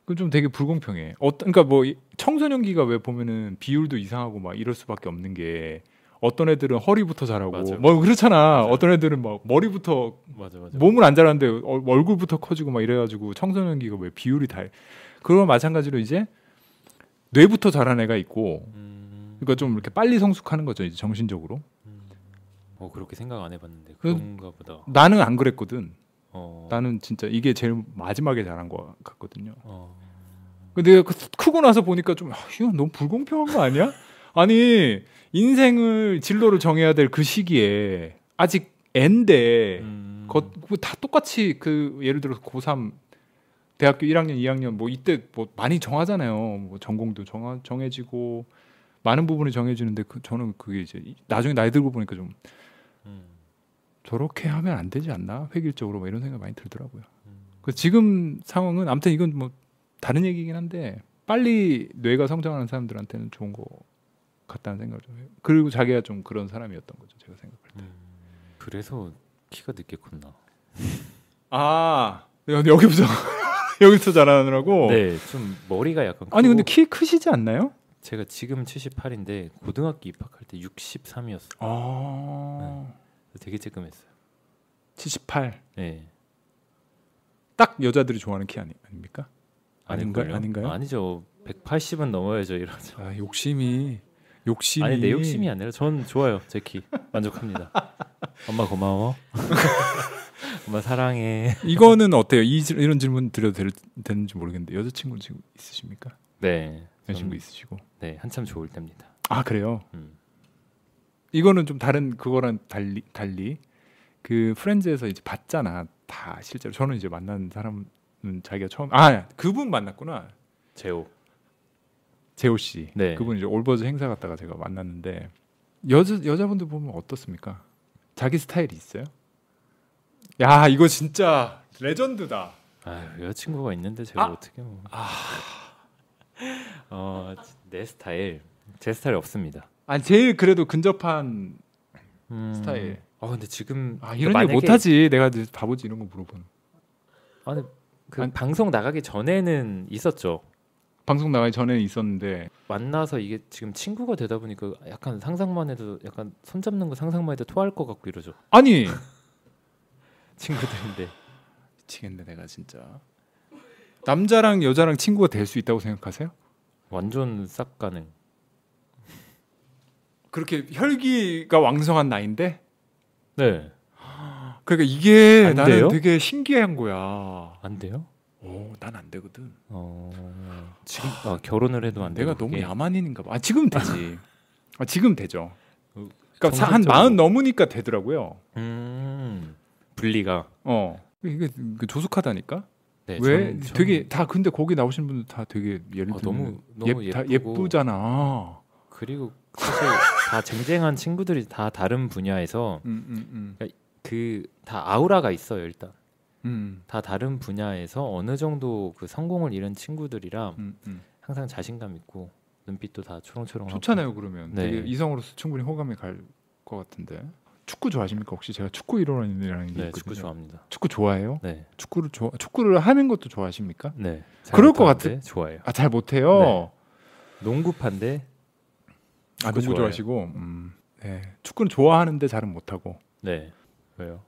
그건 좀 되게 불공평해. 어떤 그러니까 뭐 이- 청소년기가 왜 보면은 비율도 이상하고 막 이럴 수밖에 없는 게 어떤 애들은 허리부터 자라고
맞아요.
뭐 그렇잖아.
맞아요.
어떤 애들은 막 머리부터
맞아 맞아.
몸은 안 자랐는데 어, 얼- 얼굴부터 커지고 막 이래가지고 청소년기가 왜 비율이 다 그런 마찬가지로 이제 뇌부터 자란 애가 있고
음.
그러니까 좀 이렇게 빨리 성숙하는 거죠 이제 정신적으로
어 그렇게 생각 안 해봤는데
그-
그런가 보다.
나는 안 그랬거든
어.
나는 진짜 이게 제일 마지막에 자란 거 같거든요
어.
근데 내가 그- 크고 나서 보니까 좀 아, 이건 너무 불공평한 거 아니야 아니 인생을 진로를 정해야 될 그 시기에 아직 앤데
음.
그다 똑같이 그 예를 들어서 고3 대학교 1학년, 2학년 뭐 이때 뭐 많이 정하잖아요. 뭐 전공도 정하, 정해지고 많은 부분이 정해지는데 그, 저는 그게 이제 이- 나중에 나이 들고 보니까 좀
음.
저렇게 하면 안 되지 않나 획일적으로 뭐 이런 생각 많이 들더라고요.
음.
그 지금 상황은 아무튼 이건 뭐 다른 얘기긴 한데 빨리 뇌가 성장하는 사람들한테는 좋은 거 같다는 생각을 좀 해요. 그리고 자기가 좀 그런 사람이었던 거죠. 제가 생각할 때.
그래서 키가 늦게 컸나?
아 여기서 여기서 자라느라고.
네, 좀 머리가 약간.
어. 아니
크고
근데 키 크시지 않나요?
제가 지금 78인데 고등학교 입학할 때 63이었어요.
아,
되게 쬐끔했어요.
78.
네.
딱 여자들이 좋아하는 키 아니, 아닙니까? 아닌가-
아닐걸요?
아닌가요?
아니죠. 180은 넘어야죠 이러죠.
아, 욕심이 욕심이
아니 내 욕심이 아니라 전 좋아요 제키 만족합니다. 엄마 고마워. 엄마 사랑해.
이거는 어때요? 이, 질- 이런 질문 드려도 될, 되는지 모르겠는데 여자친구 지금 있으십니까?
네.
여자친구
전-
있으시고.
네 한참 좋을 때입니다.
아, 그래요.
음.
이거는 좀 다른 그거랑 달리 달리 그 프렌즈에서 이제 봤잖아. 다 실제로 저는 이제 만난 사람은 자기가 처음 아, 그분 만났구나.
제오.
제호 씨.
네.
그분 이제 올버즈 행사 갔다가 제가 만났는데 여자 여자분들 보면 어떻습니까? 자기 스타일이 있어요? 야, 이거 진짜 레전드다.
아 여자친구가 있는데 제가
아!
어떻게 뭐. 어, 내 스타일 제 스타일 없습니다.
아니 제일 그래도 근접한
음.
스타일.
아 근데 지금
아 이런
만약에-
얘기 못하지 내가 이제 바보지 이런 거 물어보는
아니 그
아니-
방송 나가기 전에는 있었죠.
방송 나가기 전에 있었는데
만나서 이게 지금 친구가 되다 보니까 약간 상상만 해도 약간 손 잡는 거 상상만 해도 토할 것 같고 이러죠.
아니
친구들인데.
미치겠네 내가 진짜 남자랑 여자랑 친구가 될 수 있다고 생각하세요?
완전 쌉 가능.
그렇게 혈기가 왕성한 나이인데
네.
그러니까 이게
안
나는
돼요?
되게 신기한 거야
안 돼요?
오난 안 되거든
어. 지금 아, 결혼을 해도 안 돼요.
내가 너무 야만인인가 봐 아, 지금 되지 아, 지금 되죠
어,
그러니까 사- 한
정신적으로.
마흔 넘으니까 되더라고요
음. 분리가
어 이게 그 조숙하다니까
네,
왜
저는- 저는-
되게 다 근데 거기 나오시는 분들 다 되게 예를
아,
들면
너무 너무
예, 다
예쁘고
예쁘잖아
그리고 사실 다 쟁쟁한 친구들이 다 다른 분야에서
음, 음, 음.
그 다 아우라가 있어요, 일단.
음,
다 다른 분야에서 어느 정도 그 성공을 이룬 친구들이랑
음, 음.
항상 자신감 있고 눈빛도 다 초롱초롱하고
좋잖아요 그러면
어, 네.
되게 이성으로서 충분히 호감이 갈 것 같은데 축구 좋아하십니까 혹시 제가 축구 이론이라는 게
네,
있거든요.
축구 좋아합니다.
축구 좋아해요?
네.
축구를 좋아 축구를 하는 것도 좋아하십니까?
네.
그럴 것
잘못하는데 좋아해요.
아 잘 못해요.
네. 농구판데
아
축구
농구
좋아해요.
좋아하시고 음, 네. 축구는 좋아하는데 잘은 못하고
네. 왜요?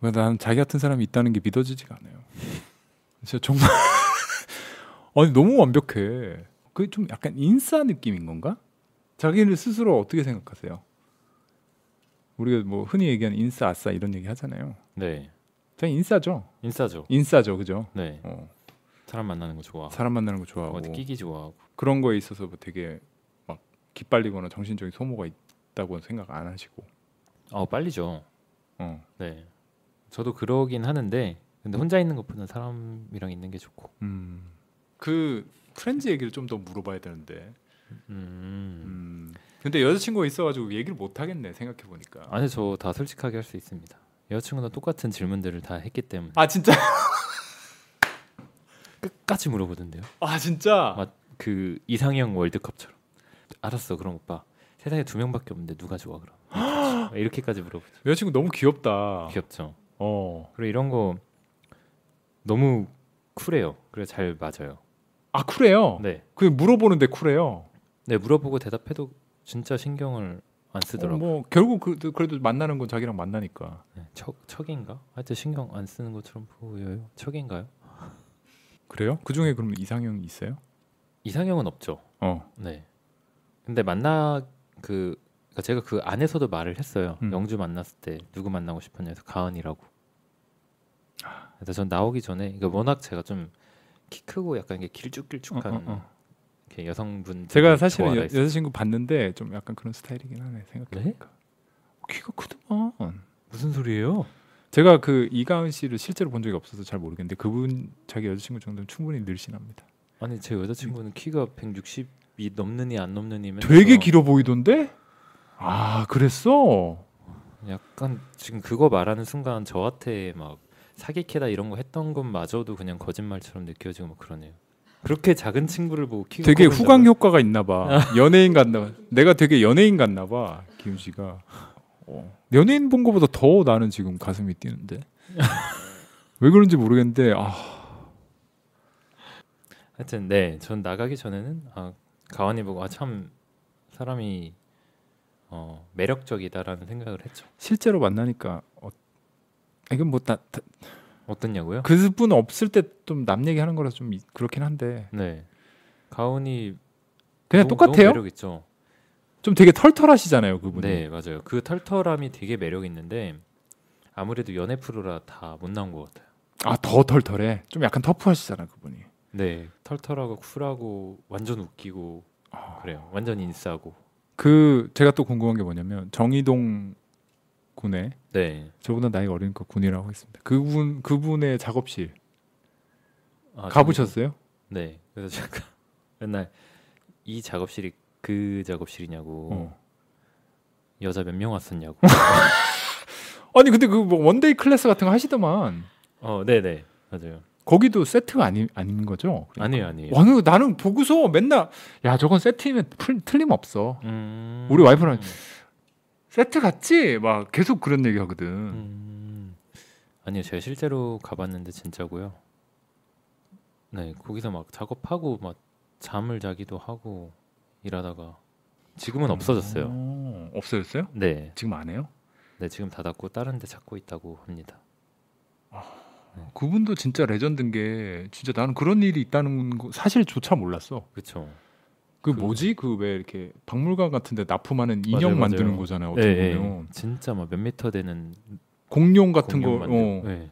왜 나는 자기 같은 사람이 있다는 게 믿어지지가 않아요. 진짜 정말 아니 너무 완벽해. 그게 좀 약간 인싸 느낌인 건가? 자기를 스스로 어떻게 생각하세요? 우리가 뭐 흔히 얘기하는 인싸 아싸 이런 얘기 하잖아요.
네.
그냥 인싸죠.
인싸죠.
인싸죠, 그죠?
네.
어,
사람 만나는 거 좋아하고
사람 만나는 거 좋아하고
어디 끼기 좋아하고.
그런 거에 있어서 뭐 되게 막 기빨리거나 정신적인 소모가 있다고 생각 안 하시고.
어, 빨리죠.
어.
네. 저도 그러긴 하는데 근데 혼자 있는 것보다는 사람이랑 있는 게 좋고.
음. 그 프렌즈 얘기를 좀 더 물어봐야 되는데.
음.
음. 근데 여자친구가 있어가지고 얘기를 못 하겠네 생각해 보니까.
아니 저 다 솔직하게 할 수 있습니다. 여자친구나 똑같은 질문들을 다 했기 때문에
아 진짜?
끝까지 물어보던데요.
아 진짜?
맞- 그 이상형 월드컵처럼. 알았어 그럼 오빠. 세상에 두 명밖에 없는데 누가 좋아 그럼? 이렇게까지- 이렇게까지 물어보죠.
여자친구 너무 귀엽다.
귀엽죠.
어.
그리고 이런 거 너무 쿨해요. 그래서 잘 맞아요.
아 쿨해요.
네.
그 물어보는데 쿨해요.
네 물어보고 대답해도 진짜 신경을 안
어,
쓰더라고. 요 네,
뭐 결국 그, 그래도 만나는 건 자기랑 만나니까.
척 척인가? 하여튼 신경 안 쓰는 것처럼 보여요. 척인가요?
그래요? 그 중에 그럼 이상형이 있어요?
이상형은 없죠.
어.
네. 근데 만나 그 그러니까 제가 그 안에서도 말을 했어요.
음.
영주 만났을 때 누구 만나고 싶었냐 해서 가은이라고.
아.
그래서 전 나오기 전에 그러니까 워낙 제가 좀 키 크고 약간 이게 길쭉길쭉한
어, 어, 어.
이렇게 여성분
제가 사실은 여, 여자친구 봤는데 좀 약간 그런 스타일이긴 하네 생각해보니까. 귀가 크더만.
무슨 소리예요?
제가 그 이가은 씨를 실제로 본 적이 없어서 잘 모르겠는데 그분 자기 여자친구 정도면 충분히 늘씬합니다.
아니 제 여자친구는 키가 160이 넘느니 안 넘느니 맨날
되게
저
길어 보이던데? 아 그랬어?
약간 지금 그거 말하는 순간 저한테 막 사기캐다 이런 거 했던 것마저도 그냥 거짓말처럼 느껴지고 막 그러네요. 그렇게 작은 친구를 보고 키가
되게
커진다고요? 아.
후광 효과가 있나 봐. 연예인 같나 봐. 내가 되게 연예인 같나 봐. 김 씨가. 어. 연예인 본 거보다 더 나는 지금 가슴이 뛰는데. 왜 그런지 모르겠는데 아,
하여튼 네, 전 나가기 전에는 아 가만히 보고 아 참 사람이 어, 매력적이다라는 생각을 했죠.
실제로 만나니까 어, 이건 뭐다그
어떻냐고요?
분 없을 때 좀 남 얘기하는 거라 좀 이- 그렇긴 한데
네. 가온이
그냥
너무-
똑같아요.
너무 매력 있죠.
좀 되게 털털하시잖아요 그분이.
네, 맞아요. 그 털털함이 되게 매력 있는데 아무래도 연애 프로라 다 못 나온 것 같아요.
아 더 털털해. 좀 약간 터프하시잖아 그분이.
네, 털털하고 쿨하고 완전 웃기고
아.
그래요. 완전 인싸고.
그 제가 또 궁금한 게 뭐냐면 정희동 군의
네.
저보다 나이가 어리니까 군이라고 하겠습니다. 그분 그분의 작업실
아,
가보셨어요?
저는- 네. 그래서 제가 맨날 이 작업실이 그 작업실이냐고
어.
여자 몇 명 왔었냐고.
아니 근데 그 뭐 원데이 클래스 같은 거 하시더만
어, 네, 네. 맞아요.
거기도 세트가 아니 아닌 거죠?
아니에요, 아니에요.
그러니까 와, 나- 나는 보고서 맨날 야 저건 세트면 틀, 틀림없어.
음...
우리 와이프랑 세트 같지? 막 계속 그런 얘기 하거든.
음... 아니요, 제가 실제로 가봤는데 진짜고요. 네, 거기서 막 작업하고 막 잠을 자기도 하고 일하다가
음.
지금은 없어졌어요.
어, 없어졌어요?
네,
지금 안 해요?
네 지금 닫았고 다른 데 찾고 있다고 합니다. 네.
그분도 진짜 레전드인 게 진짜 나는 그런 일이 있다는 거 사실조차 몰랐어.
그렇죠.
그
그-
뭐지? 그 왜 이렇게 박물관 같은데 납품하는 인형
맞아요,
만드는
맞아요.
거잖아요.
네,
어떻게
네,
보면
진짜 막 몇 미터 되는
공룡 같은 거.
공룡만
어.
네.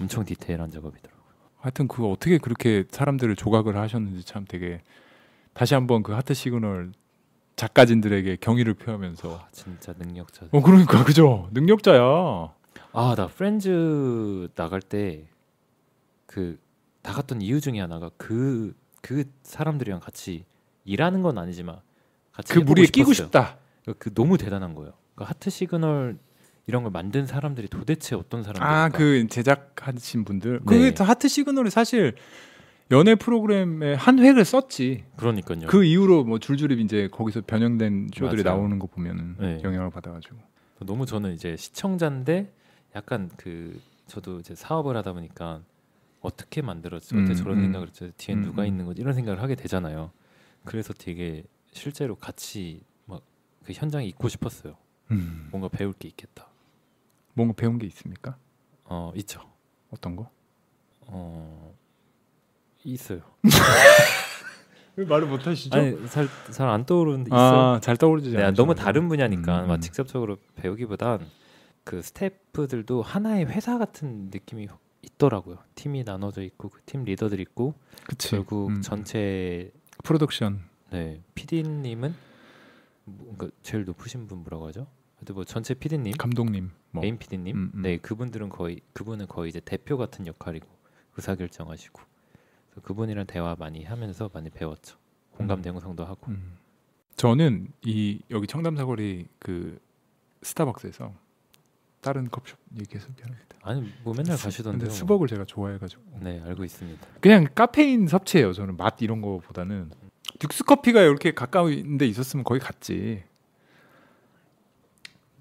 엄청 디테일한 작업이더라고요.
하여튼 그거 어떻게 그렇게 사람들을 조각을 하셨는지 참 되게 다시 한번 그 하트 시그널 작가진들에게 경의를 표하면서
아, 진짜 능력자.
어 그러니까 그죠 능력자야 그
아, 나 프렌즈 나갈 때 그 나갔던 이유 중에 하나가 그 그 사람들이랑 같이 일하는 건 아니지만 같이
그
해보고
무리에 끼고
싶었어요.
싶다
그러니까 그 너무 대단한 거예요. 그 하트 시그널 이런 걸 만든 사람들이 도대체 어떤 사람들일까?
아 그 제작하신 분들
네.
그게 다 하트 시그널이 사실 연애 프로그램의 한 회를 썼지
그러니까요.
그 이후로 뭐 줄줄이 이제 거기서 변형된 쇼들이
네. 맞아요.
나오는 거 보면은
네.
영향을 받아가지고
너무 저는 이제 시청자인데 약간 그 저도 이제 사업을 하다 보니까 어떻게 만들었지 어떻게
음,
저런
음.
생각을 했지 뒤에
음,
누가
음.
있는 거지 이런 생각을 하게 되잖아요 그래서 되게 실제로 같이 막 그 현장에 있고 싶었어요
음,
뭔가 배울 게 있겠다
뭔가 배운 게 있습니까
어 있죠
어떤 거
어 있어요
왜 말을 못 하시죠
아니 잘 잘 안 떠오르는데 있어요
아잘 떠오르지
네,
않아요
너무
저는.
다른 분야니까
음,
막
음.
직접적으로 배우기보단 그 스태프들도 하나의 회사 같은 느낌이 있더라고요. 팀이 나눠져 있고 그 팀 리더들 있고
그치
결국
음.
전체
프로덕션
네 PD님은 그러니까 제일 높으신 분 뭐라고 하죠? 하여튼 뭐 전체 PD님,
감독님 뭐
메인 PD님,
음, 음.
네 그분들은 거의 그분은 거의 이제 대표 같은 역할이고 의사결정하시고 그래서 그분이랑 대화 많이 하면서 많이 배웠죠. 공감
음.
대응성도 하고
음. 저는 이 여기 청담 사거리 그 스타벅스에서 다른 커피숍 얘기해서 미안합니다.
아니 뭐 맨날 가시던데
근데 스벅을 제가 좋아해가지고
네 알고 있습니다.
그냥 카페인 섭취예요. 저는 맛 이런 거보다는 듀스 커피가 이렇게 가까운데 있었으면 거기 갔지.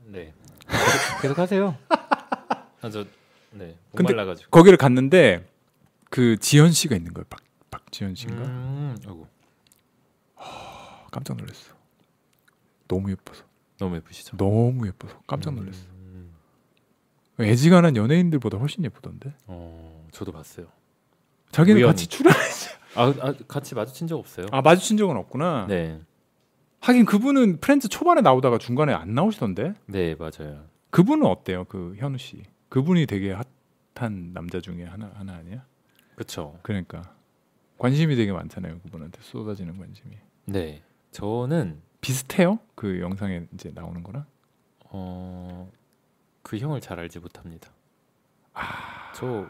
네. 계속, 계속 하세요. 아, 저 네. 목
근데-
말라가지고.
거기를 갔는데 그 지현 씨가 있는 거예요. 박 박지현 씨인가?
음, 아이고
아, 깜짝 놀랐어. 너무 예뻐서
너무 예쁘시죠.
너무 예뻐서 깜짝 놀랐어.
음,
애지간한 연예인들보다 훨씬 예쁘던데.
어, 저도 봤어요.
자기는
우연히.
같이 출연.
아, 아, 같이 마주친 적 없어요.
아 마주친 적은 없구나.
네,
하긴 그분은 프렌즈 초반에 나오다가 중간에 안 나오시던데
네 맞아요.
그분은 어때요 그 현우 씨 그분이 되게 핫한 남자 중에 하나 하나 아니야
그렇죠.
그러니까 관심이 되게 많잖아요 그분한테 쏟아지는 관심이
네, 저는
비슷해요 그 영상에 이제 나오는 거랑
어, 그 형을 잘 알지 못합니다. 저한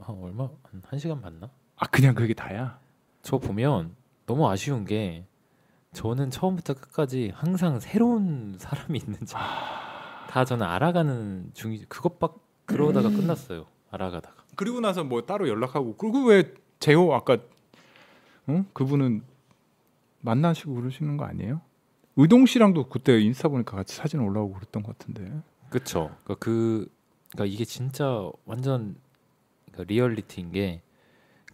한 얼마 한, 한 시간 봤나?
아 그냥 그게 다야
저 보면 너무 아쉬운 게 저는 처음부터 끝까지 항상 새로운 사람이 있는지 다 저는 알아가는 중이 그것밖 그러다가 끝났어요 알아가다가
그리고 나서 뭐 따로 연락하고 그리고 왜 재호 아까 응? 그분은 만나시고 그러시는 거 아니에요 의동 씨랑도 그때 인스타 보니까 같이 사진 올라오고 그랬던 것 같은데
그쵸 그러니까 그 그러니까 이게 진짜 완전 그러니까 리얼리티인 게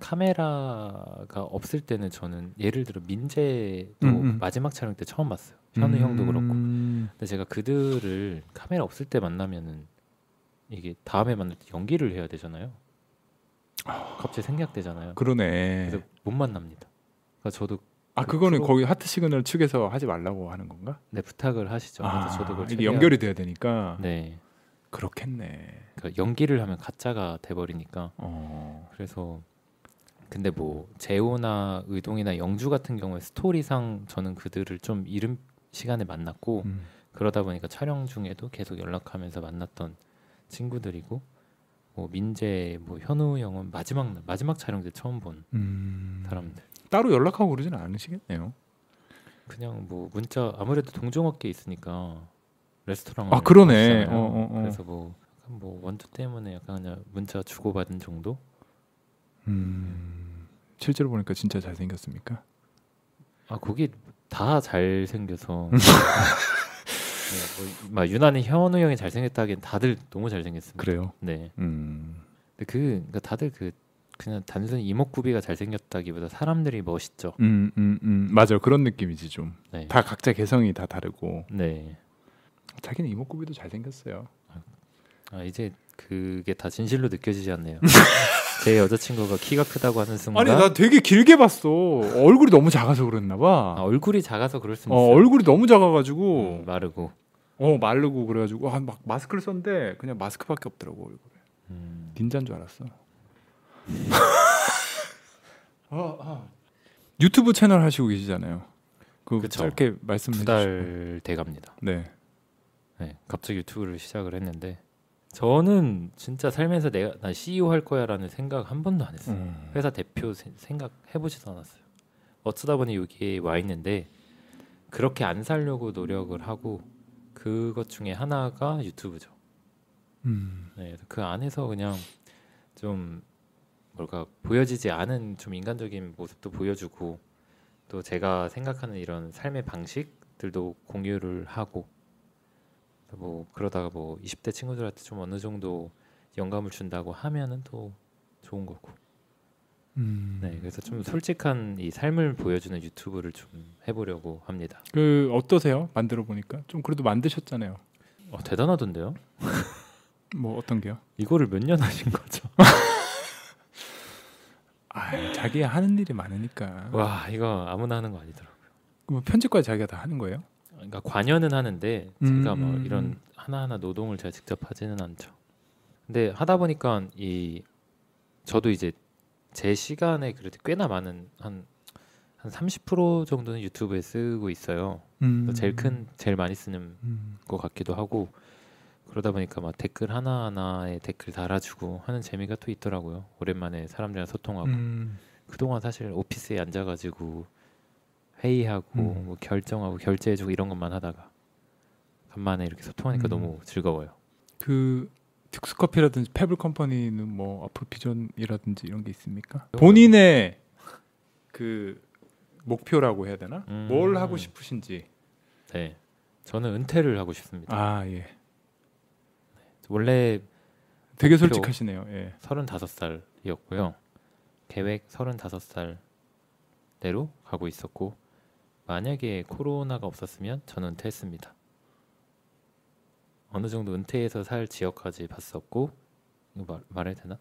카메라가 없을 때는 저는 예를 들어 민재도
음, 음.
마지막 촬영 때 처음 봤어요. 현우 형도 그렇고. 근데 제가 그들을 카메라 없을 때 만나면은 이게 다음에 만날 때 연기를 해야 되잖아요. 갑자기 생략되잖아요.
그러네.
그래서 못 만납니다. 그러니까 저도
아 그거는
프로-
거기 하트 시그널 측에서 하지 말라고 하는 건가?
네, 부탁을 하시죠.
아,
그래서 저도 그걸
이게
최대한-
연결이 돼야 되니까
네,
그렇겠네.
그러니까 연기를 하면 가짜가 돼버리니까
어.
그래서 근데 뭐 재호나 의동이나 영주 같은 경우에 스토리상 저는 그들을 좀 이른 시간에 만났고
음.
그러다 보니까 촬영 중에도 계속 연락하면서 만났던 친구들이고 뭐 민재, 뭐 현우 형은 마지막 날- 마지막 촬영 때 처음 본
음.
사람들.
따로 연락하고 그러진 않으시겠네요.
그냥 뭐 문자 아무래도 동종업계 있으니까 레스토랑
아,
안에
그러네.
가시잖아요.
어, 어, 어.
그래서 뭐, 약간 뭐 원투 때문에 약간 그냥 문자 주고받은 정도
음. 실제로 보니까 진짜 잘 생겼습니까?
아 거기 다 잘생겨서 네, 뭐, 막 유난히 현우 형이 잘생겼다기엔 다들 너무 잘생겼습니다
그래요.
네
음.
근데 그 그러니까 다들 그 그냥 단순히 이목구비가 잘생겼다기보다 사람들이 멋있죠
음, 음, 음. 맞아요. 그런 느낌이지 좀.
네,
다 각자 개성이 다 다르고
네.
자기는 이목구비도 잘 생겼어요.
아 이제 그게 다 진실로 느껴지지 않네요 제 여자친구가 키가 크다고 하는 순간
아니 나 되게 길게 봤어. 얼굴이 너무 작아서 그랬나 봐.
아, 얼굴이 작아서 그럴 수는
어,
있어요.
얼굴이 너무 작아가지고
음, 마르고.
어 마르고 그래가지고 아, 막 마스크를 썼는데 그냥 마스크밖에 없더라고 얼굴에.
음,
닌자인 줄 알았어. 어, 어. 유튜브 채널 하시고 계시잖아요. 그
그쵸.
짧게 말씀해 주시고.
두달 돼갑니다.
네.
네, 갑자기 유튜브를 시작을 했는데 저는 진짜 살면서 내가 난 CEO 할 거야라는 생각 한 번도 안 했어요.
음.
회사 대표 세- 생각 해보지도 않았어요. 뭐 어쩌다 보니 여기에 와 있는데 그렇게 안 살려고 노력을 하고 그것 중에 하나가 유튜브죠.
음.
네, 그래서 그 안에서 그냥 좀 뭘까 보여지지 않은 좀 인간적인 모습도 보여주고 또 제가 생각하는 이런 삶의 방식들도 공유를 하고 뭐 그러다가 뭐 20대 친구들한테 좀 어느 정도 영감을 준다고 하면은 또 좋은 거고
음.
네 그래서 좀 솔직한 이 삶을 보여주는 유튜브를 좀 해보려고 합니다
그 어떠세요? 만들어 보니까 좀 그래도 만드셨잖아요.
어, 대단하던데요
뭐 어떤 게요?
이거를 몇 년 하신 거죠
아, 자기 하는 일이 많으니까.
와 이거 아무나 하는 거 아니더라.
뭐 편집까지 자기가 다 하는 거예요?
그러니까 관여는 하는데
음,
제가 뭐
음,
이런
음.
하나하나 노동을 제가 직접 하지는 않죠. 근데 하다 보니까 이 저도 이제 제 시간에 그래도 꽤나 많은 한 한 30% 정도는 유튜브에 쓰고 있어요.
음.
제일 큰 제일 많이 쓰는
음.
것 같기도 하고 그러다 보니까 막 댓글 하나하나에 댓글 달아주고 하는 재미가 또 있더라고요. 오랜만에 사람들이랑 소통하고
음.
그동안 사실 오피스에 앉아가지고 회의하고
음.
뭐 결정하고 결제해주고 이런 것만 하다가 간만에 이렇게 소통하니까
음.
너무 즐거워요.
그 득스커피라든지 페블 컴퍼니는 뭐 앞으로 비전이라든지 이런 게 있습니까?
음.
본인의 그 목표라고 해야 되나?
음.
뭘 하고 싶으신지.
네, 저는 은퇴를 하고 싶습니다.
아 예.
원래
되게
목표.
솔직하시네요. 예.
35살이었고요. 계획 35살 대로 가고 있었고 만약에 코로나가 없었으면 저는 은퇴했습니다. 어느 정도 은퇴해서 살 지역까지 봤었고 이거 말, 말해도 되나?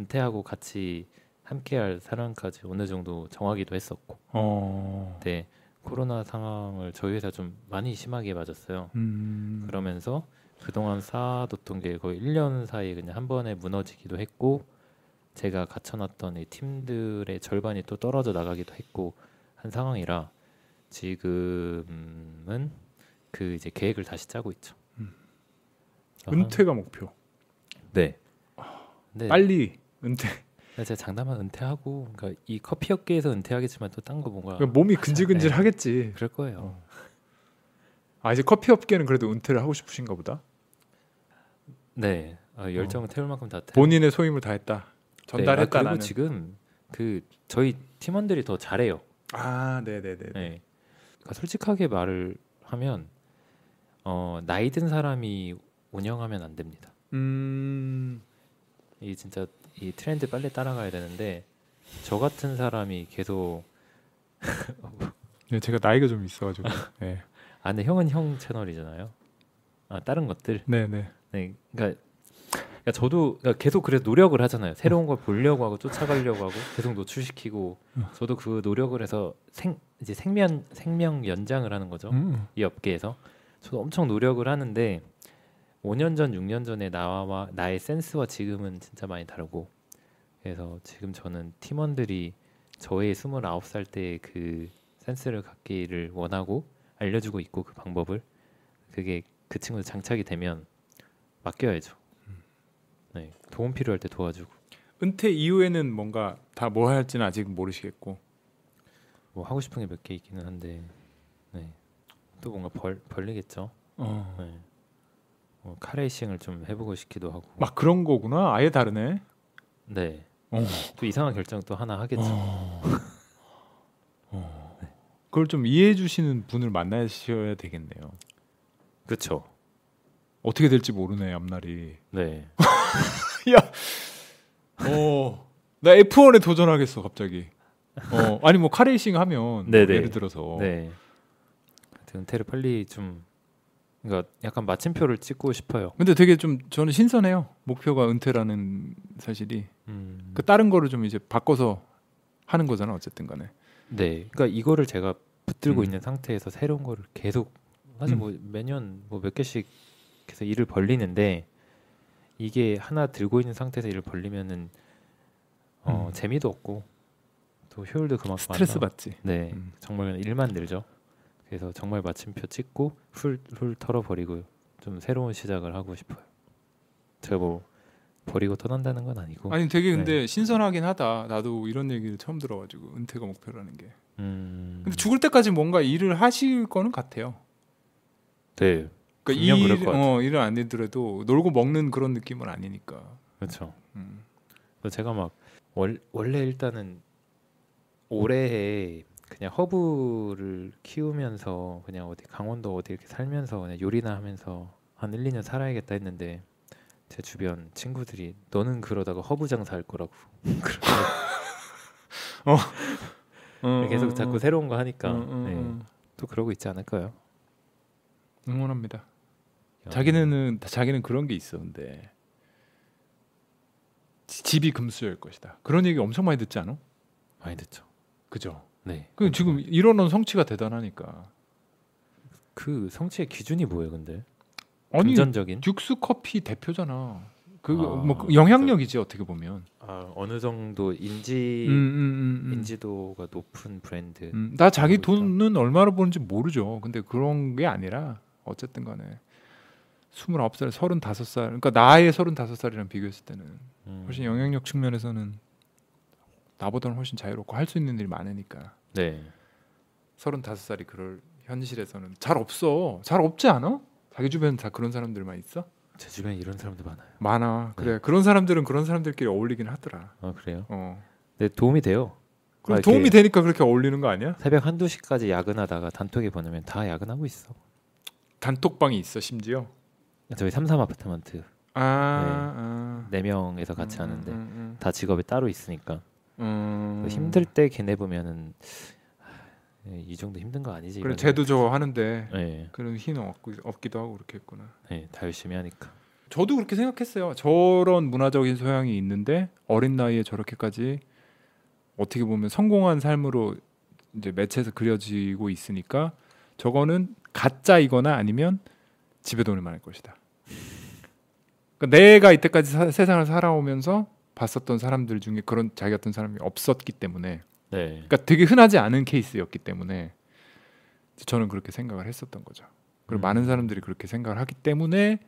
은퇴하고 같이 함께할 사람까지 어느 정도 정하기도 했었고
어.
근데 코로나 상황을 저희 회사 좀 많이 심하게 맞았어요.
음.
그러면서 그동안 쌓아뒀던 게 거의 1년 사이에 그냥 한 번에 무너지기도 했고 제가 갖춰놨던 이 팀들의 절반이 또 떨어져 나가기도 했고 한 상황이라 지금은 그 이제 계획을 다시 짜고 있죠. 아하.
음. 은퇴가 목표.
네. 네.
빨리 은퇴.
제가 장담한 은퇴하고 그러니까 이 커피 업계에서 은퇴하겠지만 또 딴 거 뭔가
그러니까 몸이 근질근질하겠지.
그럴 거예요.
어. 아 이제 커피 업계는 그래도 은퇴를 하고 싶으신가 보다.
네. 아, 열정을 태울 만큼 다 태워.
어. 본인의 소임을 다했다.
네. 아,
전달했다
그리고
나는.
지금 그 저희 팀원들이 더 잘해요.
아 네네네.
네. 그러니까 솔직하게 말을 하면 어, 나이 든 사람이 운영하면 안 됩니다.
음.
이 진짜 이 트렌드 빨리 따라가야 되는데 저 같은 사람이 계속
네, 제가 나이가 좀 있어가지고. 네,
아 근데 형은 형 채널이잖아요. 아 다른 것들.
네, 네.
네, 그러니까, 그러니까 저도 그러니까 계속 그래서 노력을 하잖아요. 새로운 걸 보려고 하고 쫓아가려고 하고 계속 노출시키고
음.
저도 그 노력을 해서 생 이제 생명 생명 연장을 하는 거죠.
음,
이 업계에서 저도 엄청 노력을 하는데 5년 전, 6년 전에 나와 나의 센스와 지금은 진짜 많이 다르고 그래서 지금 저는 팀원들이 저의 29살 때의 그 센스를 갖기를 원하고 알려주고 있고 그 방법을 그게 그 친구들 장착이 되면 맡겨야죠. 네, 도움 필요할 때 도와주고
은퇴 이후에는 뭔가 다 뭐 할지는 아직 모르시겠고.
뭐 하고 싶은 게 몇 개 있기는 한데 네. 또 뭔가 벌 벌리겠죠.
어.
네. 뭐 카레이싱을 좀 해보고 싶기도 하고.
막 그런 거구나. 아예 다르네.
네.
어.
또 이상한 결정 또 하나 하겠죠.
어. 그걸 좀 이해해 주시는 분을 만나셔야 되겠네요.
그렇죠.
어떻게 될지 모르네 앞날이.
네.
어, 나 F1에 도전하겠어 갑자기. 어, 아니 뭐 카레이싱 하면
네네.
예를 들어서
네. 하여튼 은퇴를 빨리 좀 그러니까 약간 마침표를 찍고 싶어요.
근데 되게 좀 저는 신선해요. 목표가 은퇴라는 사실이
음.
그 다른 거를 좀 이제 바꿔서 하는 거잖아 어쨌든간에.
네. 그러니까 이거를 제가 붙들고
음.
있는 상태에서 새로운 거를 계속 사실
음.
뭐 매년 뭐 몇 개씩 계속 일을 벌리는데 이게 하나 들고 있는 상태에서 일을 벌리면은 어,
음.
재미도 없고 또 효율도 그만큼 안
스트레스
나오고.
받지.
네,
음.
정말 그냥 일만 늘죠. 그래서 정말 마침표 찍고 훌훌 털어버리고 좀 새로운 시작을 하고 싶어요. 제가 뭐 버리고 떠난다는 건 아니고,
아니 되게 근데 신선하긴 하다. 나도 이런 얘기를 처음 들어가지고 은퇴가 목표라는 게.
음,
근데 죽을 때까지 뭔가 일을 하실 거는 같아요.
네,
그러니까
분명
일,
그럴 것 같아요.
어, 일을 안 해더라도 놀고 먹는 그런 느낌은 아니니까.
그렇죠.
음.
그래서 제가 막 월, 원래 일단은 올해에 그냥 허브를 키우면서 그냥 어디 강원도 어디 이렇게 살면서 그냥 요리나 하면서 한 1, 2년 살아야겠다 했는데 제 주변 친구들이 너는 그러다가 허브 장사할 거라고
어,
네, 계속
어, 어.
자꾸 새로운 거 하니까
어, 어,
네.
어.
또 그러고 있지 않을까요?
응원합니다. 자기는 자기는 그런 게 있어. 근데 지- 집이 금수일 것이다. 그런 얘기 엄청 많이 듣지 않아?
많이 듣죠.
그죠?
네.
그 지금 이런 성취가 대단하니까.
그 성취의 기준이 뭐예요, 근데?
아니
금전적인?
듀스 커피 대표잖아. 그
아,
뭐 영향력이지 어떻게 보면.
아, 어느 정도 인지
음, 음, 음, 음.
인지도가 높은 브랜드.
음, 나 자기
모르겠다.
돈은 얼마나 버는지 모르죠. 근데 그런 게 아니라 어쨌든 간에 29살, 35살. 그러니까 나의 35살이랑 비교했을 때는
음,
훨씬 영향력 측면에서는 나보다는 훨씬 자유롭고 할 수 있는 일이 많으니까.
네.
35살이 그럴 현실에서는 잘 없어. 잘 없지 않아? 자기 주변 다 그런 사람들만 있어?
제 주변에 이런 사람도 많아요.
많아.
네.
그래. 그런 사람들은 그런 사람들끼리 어울리긴 하더라.
아, 그래요?
어.
네, 도움이 돼요.
그럼
아, 이렇게
도움이 되니까 그렇게 어울리는 거 아니야?
새벽 한두 시까지 야근하다가 단톡에 보내면 다 야근하고 있어.
단톡방이 있어 심지어.
저희 삼삼 아파트먼트
아. 아.
네 명에서 같이
음,
하는데
음,
다 직업이 따로 있으니까
음, 음.
힘들 때 걔네 보면은 아, 이 정도 힘든 거 아니지?
그래
이거는.
쟤도 저거 하는데
네,
그런 힘은 없고, 없기도 하고 그렇게 했구나.
네, 다 열심히 하니까.
저도 그렇게 생각했어요. 저런 문화적인 소양이 있는데 어린 나이에 저렇게까지 어떻게 보면 성공한 삶으로 이제 매체에서 그려지고 있으니까 저거는 가짜이거나 아니면 집에 돈이 많을 것이다. 그러니까 내가 이때까지 사- 세상을 살아오면서 봤었던 사람들 중에 그런 자기 같은 사람이 없었기 때문에
네.
그러니까 되게 흔하지 않은 케이스였기 때문에 저는 그렇게 생각을 했었던 거죠. 그리고
음.
많은 사람들이 그렇게 생각을 하기 때문에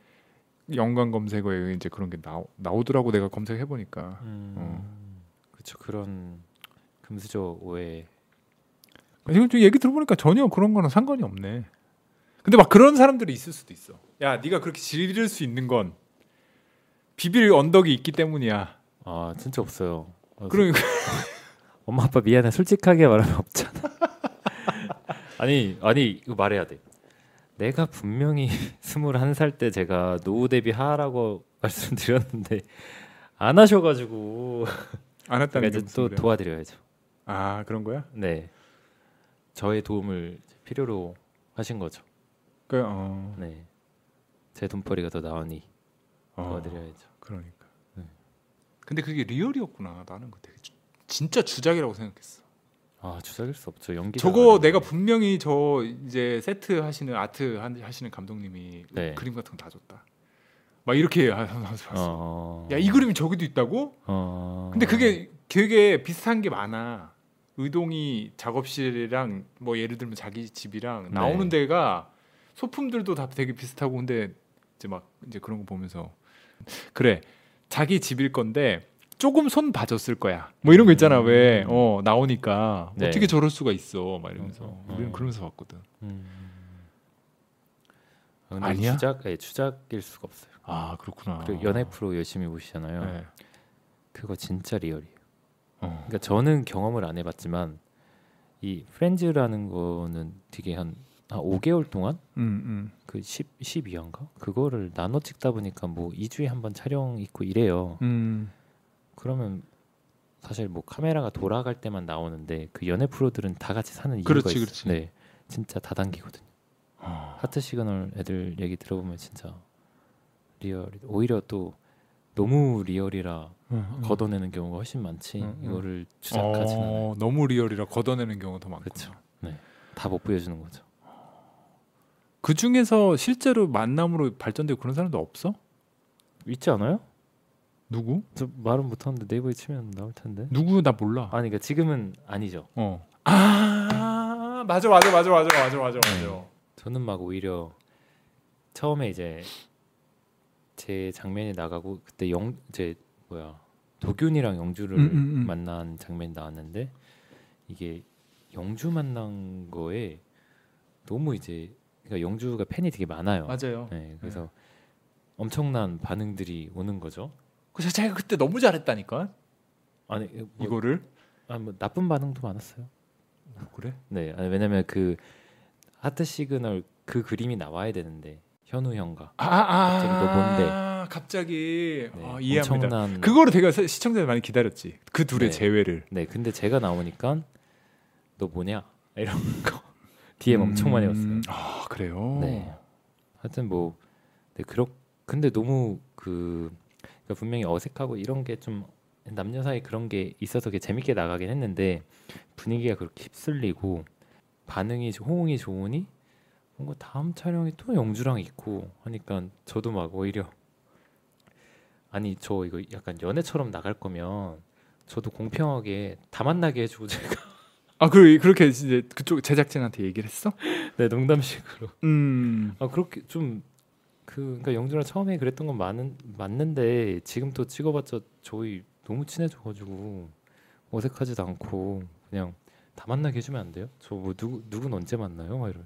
연관 검색어에 의해 이제 그런 게 나오, 나오더라고 내가 검색해 보니까.
음. 그렇죠. 그런 금수저 오해.
지금 좀 얘기 들어보니까 전혀 그런 거랑 상관이 없네. 근데 막 그런 사람들이 있을 수도 있어. 야, 네가 그렇게 지를 수 있는 건 비빌 언덕이 있기 때문이야. 그러니까
아 진짜 없어요. 아,
그럼
엄마 아빠 미안해. 솔직하게 말하면 없잖아. 아니 아니 이거 말해야 돼. 내가 분명히 스물한 살 때 제가 노후 대비 하라고 말씀드렸는데 안 하셔가지고
안 했다는
그러니까
게
이제
무슨
또
소리야?
도와드려야죠.
아 그런 거야?
네, 저의 도움을 이제 필요로 하신 거죠.
그 어,
네, 제 돈벌이가 더 나으니
어
도와드려야죠.
그러니까.
네.
근데 그게 리얼이었구나. 나는 그 되게 주- 진짜 주작이라고 생각했어.
아 주작일 수 없죠. 연기.
저거 내가 분명히 저 이제 세트 하시는 아트 한- 하시는 감독님이
네.
그림 같은 거 다 줬다. 막 이렇게 하면서 봤어.
어...
야이 그림이 저기도 있다고?
어...
근데 그게 되게 비슷한 게 많아. 의동이 작업실이랑 뭐 예를 들면 자기
네.
집이랑 나오는 데가 소품들도 다 되게 비슷하고 근데 이제 막 이제 그런 거 보면서 그래 자기 집일 건데 조금 손 봐줬을 거야. 뭐 이런 거 있잖아 왜 어 나오니까
음. 네.
어떻게 저럴 수가 있어 막 이러면서
어, 어.
우리는 그러면서 봤거든.
음. 아, 근데
아니야?
주작, 네, 주작일 수가 없어요.
아 그렇구나.
그리고 연애 프로 열심히 보시잖아요.
네.
그거 진짜 리얼이에요.
어.
그러니까 저는 경험을 안 해봤지만 이 프렌즈라는 거는 되게 한, 한 5개월 동안
음,
그 10, 12화인가 그거를 나눠 찍다 보니까 뭐 2주에 한 번 촬영 있고 이래요.
음. 음.
그러면 사실 뭐 카메라가 돌아갈 때만 나오는데 그 연애 프로들은 다 같이 사는 이유가
그렇지,
있어요.
그렇지.
네, 진짜 다단기거든요.
어.
하트 시그널 애들 얘기 들어보면 진짜 리얼 오히려 또 너무 리얼이라
음.
걷어내는 경우가 훨씬 많지
음, 음.
이거를 주작하진 않아요
어, 너무 리얼이라 걷어내는 경우도 많고.
그쵸. 다 못 보여주는 거죠
그 중에서 실제로 만남으로 발전되고 그런 사람도 없어?
있지 않아요?
누구?
저 말은 못하는데 네이버에 치면 나올 텐데
누구 나 몰라.
아니 그러니까 지금은 아니죠
어. 아 맞아 맞아 맞아 맞아 맞아 맞아
네. 어.
맞아.
저는 막 오히려 처음에 이제 제 장면이 나가고 그때 영 이제 뭐야 도균이랑 영주를
음, 음, 음.
만난 장면이 나왔는데 이게 영주 만난 거에 너무 이제 그러니까 영주가 팬이 되게 많아요.
맞아요.
네, 그래서 엄청난 반응들이 오는 거죠.
그래서 제가 그때 너무 잘했다니까
아니 뭐,
이거를.
아, 뭐 나쁜 반응도 많았어요.
그래?
네, 아니, 왜냐면 그 하트 시그널 그 그림이 나와야 되는데 현우 형과
아아
갑자기 너 뭔데?
갑자기
네,
아, 이해합니다.
엄청난
그거를 되게 사- 시청자들이 많이 기다렸지. 그 둘의
네.
재회를.
네, 근데 제가 나오니까 너 뭐냐 이런 거 DM 엄청 많이 왔어요.
음, 아 그래요.
네. 하여튼 뭐 네, 그렇 근데 너무 그 그러니까 분명히 어색하고 이런 게 좀 남녀 사이 그런 게 있어서 그게 재밌게 나가긴 했는데 분위기가 그렇게 휩쓸리고 반응이 좋- 호응이 좋으니 뭔가 다음 촬영이 또 영주랑 있고 하니까 저도 막 오히려 아니 저 이거 약간 연애처럼 나갈 거면 저도 공평하게 다 만나게 해주고 제가
아그 그렇게 이제 그쪽 제작진한테 얘기를 했어?
네 농담식으로
음.
아 그렇게 좀 그, 그러니까 영준아 처음에 그랬던 건 많은, 맞는데 지금 또 찍어봤자 저희 너무 친해져가지고 어색하지도 않고 그냥 다 만나게 해주면 안 돼요? 저 뭐 누구 누군 언제 만나요? 막 이런.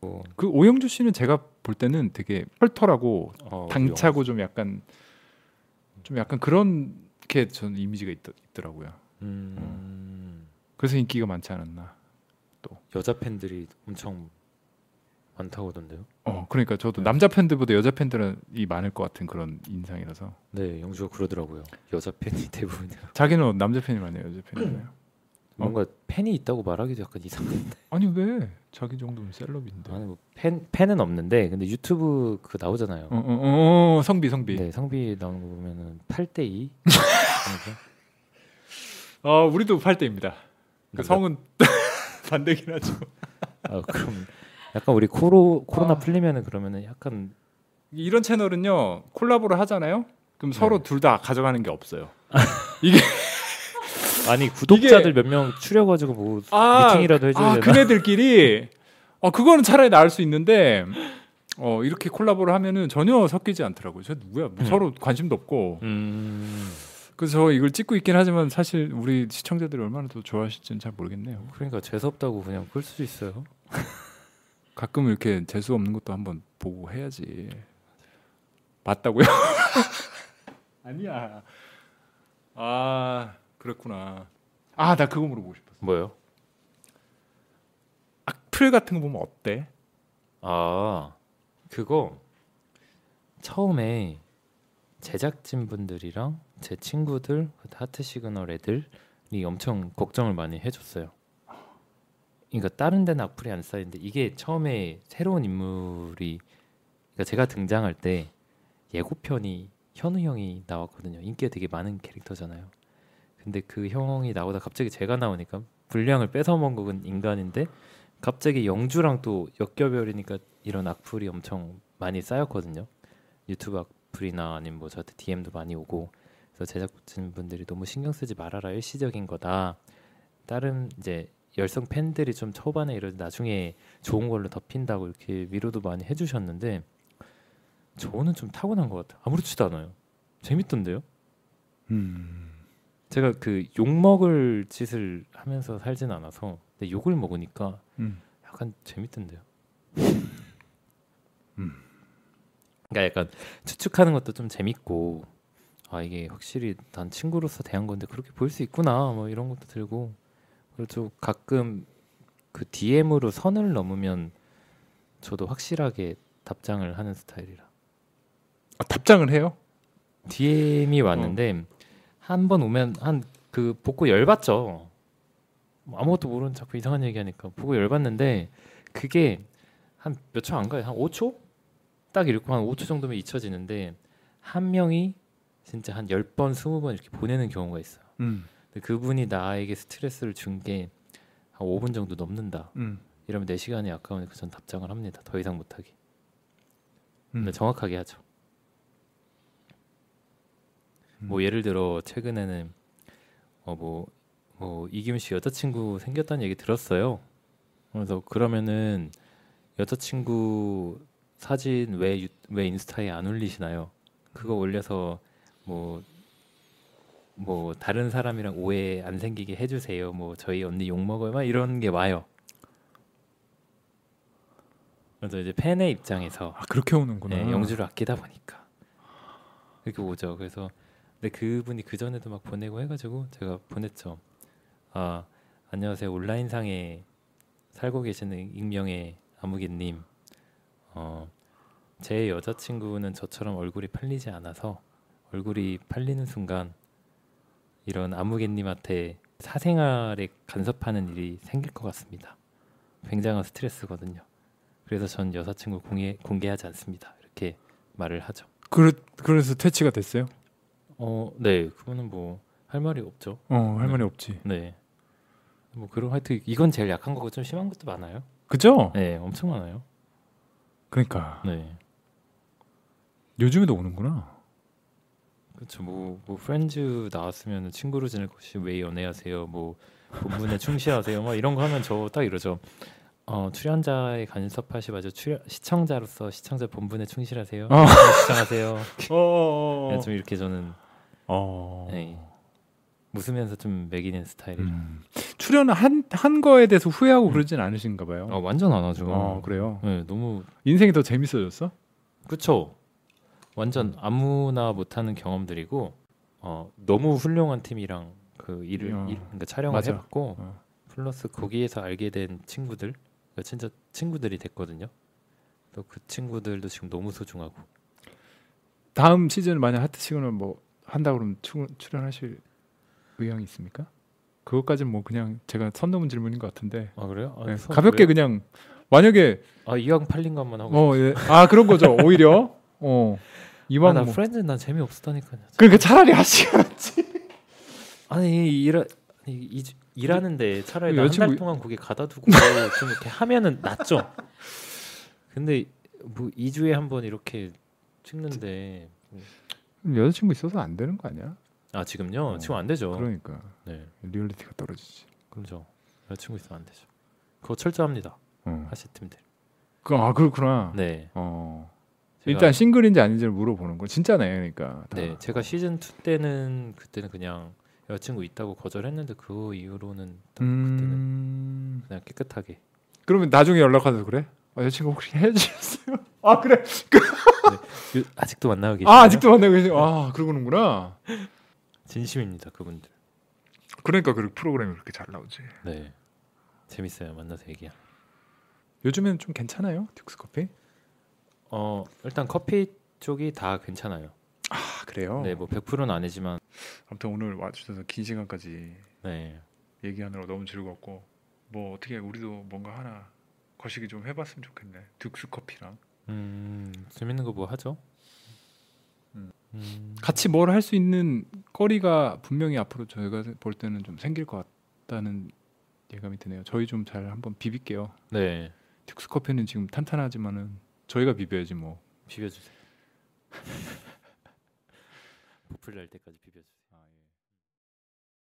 뭐,
그 오영주 씨는 제가 볼 때는 되게 털털하고
어,
당차고 좀 약간 좀 약간 그런 게 저는 이미지가 있, 있더라고요.
음,
그래서 인기가 많지 않았나.
여자 팬들이 엄청 많다고 하던데요?
어, 그러니까 저도 남자 팬들보다 여자 팬들이 많을 것 같은 그런 인상이라서
네, 영주가 그러더라고요. 여자 팬이 대부분이라.
자기는 어, 남자 팬이 많아요, 여자 팬이 많아요.
뭔가 팬이 있다고 말하기도 약간 이상한데.
아니 왜 자기 정도면 셀럽인데?
아니 뭐팬 팬은 없는데 근데 유튜브 그 나오잖아요.
어, 어, 어, 어, 성비 성비.
네, 성비 나오는 거 보면은 8대 2.
어, 우리도 8대입니다.
네.
그 성은 반대긴 하죠.
아, 그럼 약간 우리 코로
아.
코로나 풀리면은 그러면은 약간
이런 채널은요 콜라보를 하잖아요. 그럼
네.
서로 둘 다 가져가는 게 없어요. 이게
아니 구독자들 몇 명 추려가지고 뭐 미팅이라도 해줘야
아,
되나?
그네들끼리 어 그거는 차라리 나을 수 있는데 어 이렇게 콜라보를 하면은 전혀 섞이지 않더라고요. 저 누구야? 뭐 서로 관심도 없고.
음,
그래서 저 이걸 찍고 있긴 하지만 사실 우리 시청자들이 얼마나 더 좋아하실지는 잘 모르겠네요.
그러니까 재수 없다고 그냥 끌 수도 있어요.
가끔 이렇게 재수 없는 것도 한번 보고 해야지. 맞다고요? 아니야. 아 그랬구나. 아 나 그거 물어보고 싶었어.
뭐요?
악플 같은 거 보면 어때?
아 그거 처음에 제작진 분들이랑 제 친구들 그 하트 시그널 애들이 엄청 걱정을 많이 해줬어요. 그러니까 다른 데는 악플이 안 쌓이는데 이게 처음에 새로운 인물이 그러니까 제가 등장할 때 예고편이 현우 형이 나왔거든요. 인기가 되게 많은 캐릭터잖아요. 근데 그 형이 나오다 갑자기 제가 나오니까 분량을 뺏어 먹은 인간인데 갑자기 영주랑 또 역겨버리니까 이런 악플이 엄청 많이 쌓였거든요. 유튜브 악플이나 아니면 뭐 저한테 DM도 많이 오고 그래서 제작진 분들이 너무 신경 쓰지 말아라 일시적인 거다. 다른 이제 열성 팬들이 좀 초반에 이러지 나중에 좋은 걸로 덮인다고 이렇게 위로도 많이 해주셨는데 저는 좀 타고난 것 같아요. 아무렇지도 않아요. 재밌던데요?
음.
제가 그 욕 먹을 짓을 하면서 살진 않아서 근데 욕을 먹으니까
음.
약간 재밌던데요. 그러니까 약간 추측하는 것도 좀 재밌고 아 이게 확실히 난 친구로서 대한 건데 그렇게 볼 수 있구나 뭐 이런 것도 들고 그리고 좀 가끔 그 DM으로 선을 넘으면 저도 확실하게 답장을 하는 스타일이라
아, 답장을 해요?
DM이 왔는데 한 번 오면 한 그 보고 열받죠. 뭐 아무것도 모르는 자꾸 이상한 얘기하니까 보고 열받는데 그게 한 몇 초 안 가요. 한 5초? 딱 읽고 한 5초 정도면 잊혀지는데 한 명이 진짜 한 10번, 20번 이렇게 보내는 경우가 있어요.
음.
근데 그분이 나에게 스트레스를 준 게 한 5분 정도 넘는다.
음.
이러면 내 시간이 아까우니까 전 답장을 합니다. 더 이상 못하게.
음.
근데 네, 정확하게 하죠. 뭐 예를 들어 최근에는 어뭐 뭐 이기훈 씨 여자친구 생겼다는 얘기 들었어요. 그래서 그러면은 여자친구 사진 왜 왜 인스타에 안 올리시나요? 그거 올려서 뭐 뭐 다른 사람이랑 오해 안 생기게 해주세요. 뭐 저희 언니 욕 먹어요. 막 이런 게 와요. 그래서 이제 팬의 입장에서
아 그렇게 오는구나.
네, 영주를 아끼다 보니까 이렇게 오죠. 그래서 근데 그분이 그 전에도 막 보내고 해가지고 제가 보냈죠. 아 안녕하세요 온라인상에 살고 계시는 익명의 아무개님. 어, 제 여자친구는 저처럼 얼굴이 팔리지 않아서 얼굴이 팔리는 순간 이런 아무개님한테 사생활에 간섭하는 일이 생길 것 같습니다. 굉장한 스트레스거든요. 그래서 전 여자친구 공개, 공개하지 않습니다. 이렇게 말을 하죠.
그래, 그래서 퇴치가 됐어요?
어, 네, 그거는 뭐 할 말이 없죠.
어, 할 말이 없지.
네, 뭐 그런 하여튼 이건 제일 약한 거고 좀 심한 것도 많아요.
그죠?
네, 엄청 많아요.
그러니까
네,
요즘에도 오는구나.
그렇죠. 뭐, 뭐 프렌즈 나왔으면 친구로 지낼 것이 왜 연애하세요? 뭐 본분에 충실하세요? 막 이런 거 하면 저 딱 이러죠. 어, 출연자의 간섭하시 마죠. 출연, 시청자로서 시청자 본분에 충실하세요. 네,
어.
시청하세요.
어, 어,
네, 좀 이렇게 저는
어.
네. 웃으면서 좀 매기는 스타일이라.
음. 출연을 한, 한 거에 대해서 후회하고
음.
그러진 않으신가 봐요.
아 완전 안 하죠.
어, 그래요.
네, 너무
인생이 더 재밌어졌어?
그쵸. 완전 아무나 못하는 경험들이고 어, 너무 훌륭한 팀이랑 그 일을
어.
일, 그러니까 촬영을
맞아.
해봤고
어.
플러스 거기에서 알게 된 친구들, 그러니까 진짜 친구들이 됐거든요. 또 그 친구들도 지금 너무 소중하고
다음 시즌 만약 하트 시그널 뭐 한다 그러면 추, 출연하실 의향이 있습니까? 그것까지는 뭐 그냥 제가 선 넘은 질문인 것 같은데
아 그래요? 아,
네,
서-
가볍게
왜요?
그냥 만약에
아 이왕 팔린 것만 하고
어, 예. 아 그런 거죠 오히려 어
아,
이왕
나
뭐
프렌즈 난 재미 없었다니까요.
그러니까 차라리 하시겠지
아니 일하 아니, 이, 일하는데 차라리 한
여자친구
달 동안 거기 가다 두고 좀 이렇게 하면은 낫죠. 근데 뭐 2주에 한 번 이렇게 찍는데
여자친구 있어서 안 되는 거 아니야?
아 지금요?
어,
지금 안 되죠.
그러니까
네.
리얼리티가 떨어지지.
그럼죠. 여자친구 있으면 안 되죠. 그거 철저합니다.
어.
하시 팀들.
그, 아 그렇구나.
네.
어
제가-
일단 싱글인지 아닌지를 물어보는 거 진짜네 그러니까. 다.
네, 제가 시즌 2 때는 그때는 그냥 여자친구 있다고 거절했는데 그 이후로는 딱 그때는
음...
그냥 깨끗하게
그러면 나중에 연락하서 그래? 아, 여자친구 혹시 해주셨어요? 아 그래.
유- 아직도 만나고 계시나요?
아 아직도 만나고 계시. 아 그러고는구나.
진심입니다, 그분들.
그러니까 그 프로그램이 그렇게 잘 나오지.
네. 재밌어요. 만나서 얘기하
요즘에는 좀 괜찮아요, 듀스 커피?
어 일단 커피 쪽이 다 괜찮아요.
아 그래요.
네, 뭐 100%는 아니지만
아무튼 오늘 와주셔서 긴 시간까지
네.
얘기하느라 너무 즐거웠고 뭐 어떻게 우리도 뭔가 하나 거시기 좀 해봤으면 좋겠네. 듀스 커피랑
음, 재밌는 거 뭐 하죠? 음.
같이 뭘 할 수 있는 거리가 분명히 앞으로 저희가 볼 때는 좀 생길 것 같다는 예감이 드네요. 저희 좀 잘 한번 비빌게요.
네.
듀스 커피는 지금 탄탄하지만은 저희가 비벼야지 뭐.
비벼 주세요. 보풀 날 때까지 비벼 주세요.